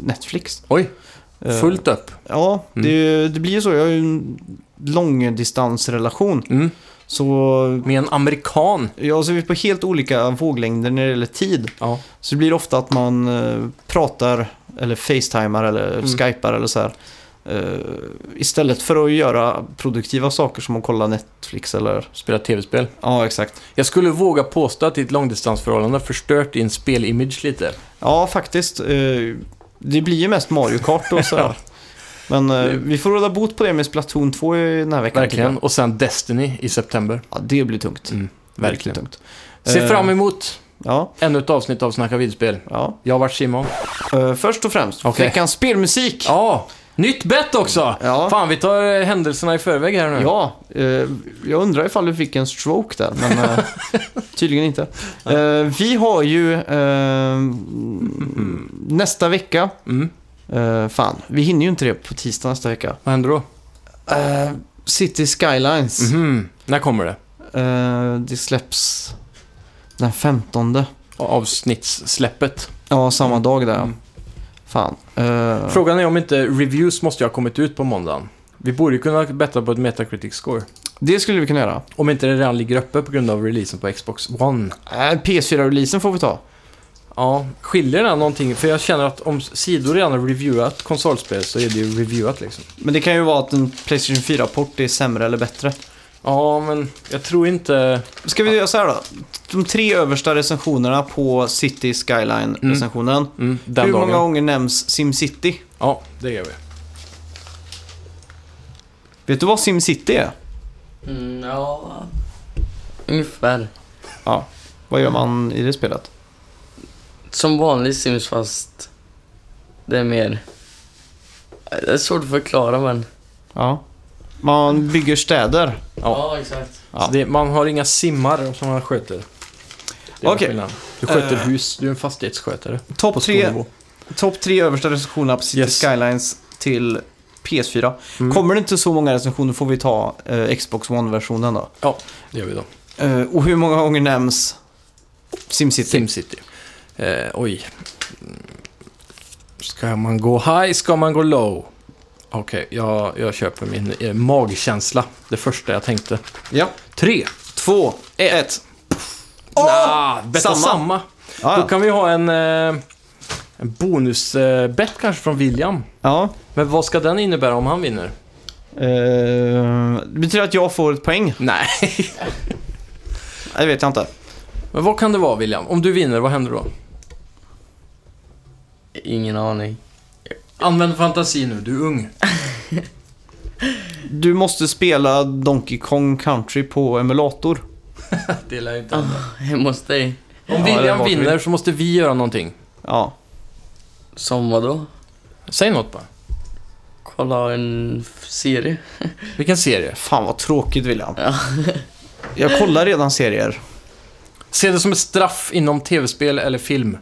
A: Netflix.
B: Oj,
A: Eh,
B: fullt upp.
A: Ja,
B: Mm.
A: det, är ju- det blir ju så. Jag har ju en långdistansrelation.
B: Mm.
A: Så
B: Med en amerikan.
A: jag ser vi är på helt olika våglängder när det gäller tid.
B: Ja.
A: Så det blir ofta att man eh, pratar eller facetimar eller
B: Mm.
A: skypar eller så här. Eh, istället för att göra produktiva saker som att kolla Netflix eller...
B: Spela tv-spel.
A: Ja, exakt.
B: Jag skulle våga påstå att ditt långdistansförhållande har förstört din spelimage lite.
A: Ja, faktiskt. eh, det blir ju mest Mario Kart och sådär. Men eh, vi får råda bot på det med Splatoon 2 i den här veckan.
B: Verkligen.
A: tycker
B: Och sen Destiny i september.
A: jag. Ja, det blir tungt.
B: Mm,
A: Riktigt
B: Verkligen.
A: tungt.
B: Se
A: Eh,
B: fram emot
A: Ja,
B: ännu ett avsnitt av Snacka videospel.
A: ja.
B: Jag har varit Simon.
A: Eh, först och främst,
B: Okej.
A: veckans spelmusik.
B: Ja, nytt bett också!
A: Ja.
B: Fan, vi tar eh, händelserna i förväg här nu.
A: Ja, eh, jag undrar ifall du fick en stroke där, men eh, tydligen inte. Eh, vi har ju eh, nästa vecka,
B: Mm.
A: eh, fan, vi hinner ju inte det på tisdag nästa vecka.
B: Vad händer då?
A: Eh, City Skylines,
B: Mhm. När kommer det?
A: eh, det släpps den 15.
B: Avsnittssläppet.
A: Ja, samma dag där. ja.
B: Mm.
A: Fan. Eh,
B: Frågan är om inte reviews måste ju ha kommit ut på måndagen. Vi borde ju kunna betta på ett Metacritic score.
A: det skulle vi kunna göra.
B: Om inte det redan ligger uppe på grund av releasen på Xbox One.
A: Eh, PS4-releasen får vi ta.
B: Ja, skiljer den någonting? För jag känner att om sidor redan har reviewat konsolspel så är det ju reviewat liksom.
A: Men det kan ju vara att en Playstation 4-port är sämre eller bättre.
B: Ja, men jag tror inte...
A: Ska vi göra så här då? De tre översta recensionerna på City Skyline-recensionen.
B: Mm, den
A: Hur
B: dagen.
A: många gånger nämns SimCity?
B: Ja, det gör vi.
A: Vet du vad SimCity är?
C: Mm, ja, ungefär.
A: Ja. Vad gör man i det spelet?
C: Som vanligt Sims fast det är mer... Det är svårt att förklara men...
A: Ja. Man bygger städer.
B: Ja.
C: exakt.
A: Ja.
B: Så det, man har inga simmar som man sköter. Det är
A: Okej.
B: skillnaden. Du sköter
A: Eh.
B: hus, du är en fastighetsskötare.
A: Topp tre,
B: Skolnivå.
A: top tre översta recensionerna på City
B: Yes.
A: Skylines till PS4.
B: Mm.
A: Kommer det inte så många recensioner får vi ta eh, Xbox One-versionen då.
B: Ja, det gör vi då.
A: Eh, och hur många gånger nämns SimCity?
B: SimCity. Eh, oj. Mm. Ska man gå high, ska man gå low? Okej, jag, jag köper min eh, magkänsla. Det första jag tänkte.
A: Ja.
B: Tre.
A: Två, ett. Åh!
B: Nah, betta
A: Samma.
B: samma.
A: Ja,
B: Då kan vi ha en, eh, en bonusbett kanske från William.
A: ja.
B: Men vad ska den innebära om han vinner?
A: Eh, det betyder att jag får ett poäng.
B: Nej.
A: Nej, Det vet jag inte.
B: Men vad kan det vara William? Om du vinner, vad händer då?
C: Ingen aning.
B: Använd fantasi nu, du är ung.
A: Du måste spela Donkey Kong Country på emulator.
B: Det lär inte
C: Ah, Hemma hos dig.
B: Om
A: Ja, det
B: William
A: var
B: vinner så måste vi göra någonting.
A: Ja.
C: Som vadå?
B: Säg något bara.
C: Kolla en f- serie.
B: Vilken serie?
A: Fan vad tråkigt William.
C: Ja.
A: jag kollar redan serier.
B: Se det som ett straff inom tv-spel eller film.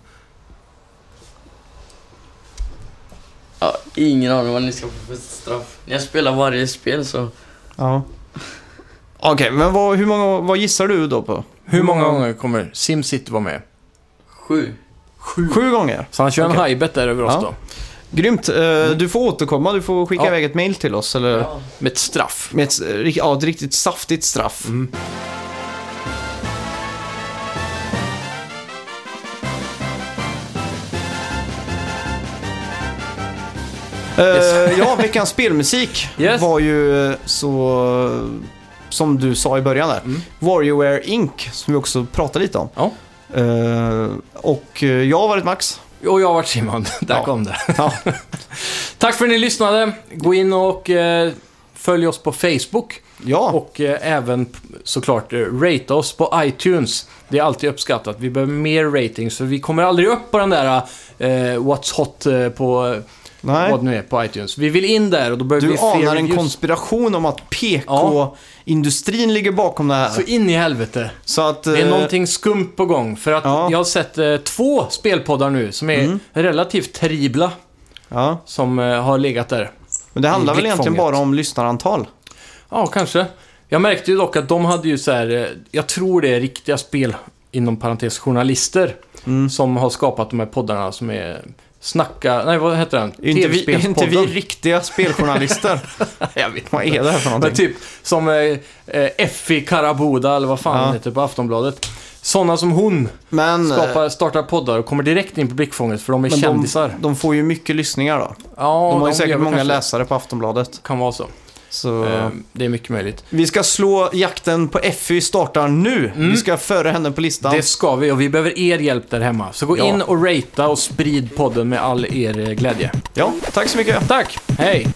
C: Ja, ingen aning vad ni ska få för straff. Jag spelar varje spel så...
A: Ja. Okej, men vad, hur många, vad gissar du då på?
B: Hur många gånger kommer SimCity vara med?
C: Sju.
B: Sju.
A: Sju gånger.
B: Så han kör en
A: Okej.
B: hajbet där över oss
A: Ja.
B: då.
A: Grymt. Eh, Du får återkomma. Du får skicka
B: Mm. Ja.
A: iväg ett mail till oss. Eller
C: Ja.
B: Med ett straff. Mm.
A: med ett, ri- ja, ett riktigt saftigt straff. Eh,
B: Yes.
A: ja, veckans spelmusik
B: Yes.
A: var ju eh, så... Som du sa i början där.
B: Mm.
A: Warriorware Inc. som vi också pratade lite om.
B: Ja.
A: Eh, och eh, jag har varit Max.
B: Och jag har varit Simon. Där
A: Ja.
B: kom det.
A: Ja.
B: Tack för att ni lyssnade. Gå in och eh, följ oss på Facebook.
A: Ja,
B: Och eh, även p- såklart eh, rate oss på iTunes. Det är alltid uppskattat. Vi behöver mer ratings för vi kommer aldrig upp på den där eh, What's Hot eh, på eh,
A: nej.
B: vad det nu är på iTunes. Vi vill in där och då behöver
A: Du
B: vi fler
A: anar en
B: reviews.
A: konspiration om att PK-industrin ligger bakom det här.
B: Så
A: Så,
B: in i helvete.
A: att...
B: Det är
A: eh,
B: någonting skumt på gång. För att
A: Ja. Mm.
B: jag har sett eh, två spelpoddar nu som är relativt terribla.
A: Ja,
B: Som eh, har legat där.
A: men det handlar
B: I
A: väl egentligen
B: blickfånget.
A: bara om lyssnarantal.
B: Ja, kanske. Jag märkte ju dock att de hade ju så här, eh, jag tror det är riktiga spel, inom parentes journalister,
A: Mm.
B: som har skapat de här poddarna som är Snacka, nej vad heter den?
A: Är Inte vi, är inte vi
B: TV-spelspodden?
A: riktiga speljournalister.
B: jag vet
A: Vad är det här för
B: Men
A: någonting?
B: typ som eh, eh, Effie Karaboda eller vad fan
A: Ja.
B: han heter på Aftonbladet. Sådana som hon
A: Men, eh,
B: skapar, startar poddar och kommer direkt in på blickfånget för de är
A: men
B: kändisar.
A: De, de får ju mycket lyssningar då.
B: ja,
A: de har ju
B: gör
A: säkert
B: väl
A: många
B: kanske-
A: läsare på Aftonbladet.
B: Kan vara så.
A: Så...
B: Eh, Det är mycket möjligt.
A: Vi ska slå jakten på Effie startar nu.
B: Mm.
A: Vi ska före henne på listan.
B: Det ska vi och vi behöver er hjälp där hemma. Så gå
A: Ja.
B: in och ratea och sprid podden med all er eh, glädje.
A: Ja, tack så mycket.
B: Tack! Hej!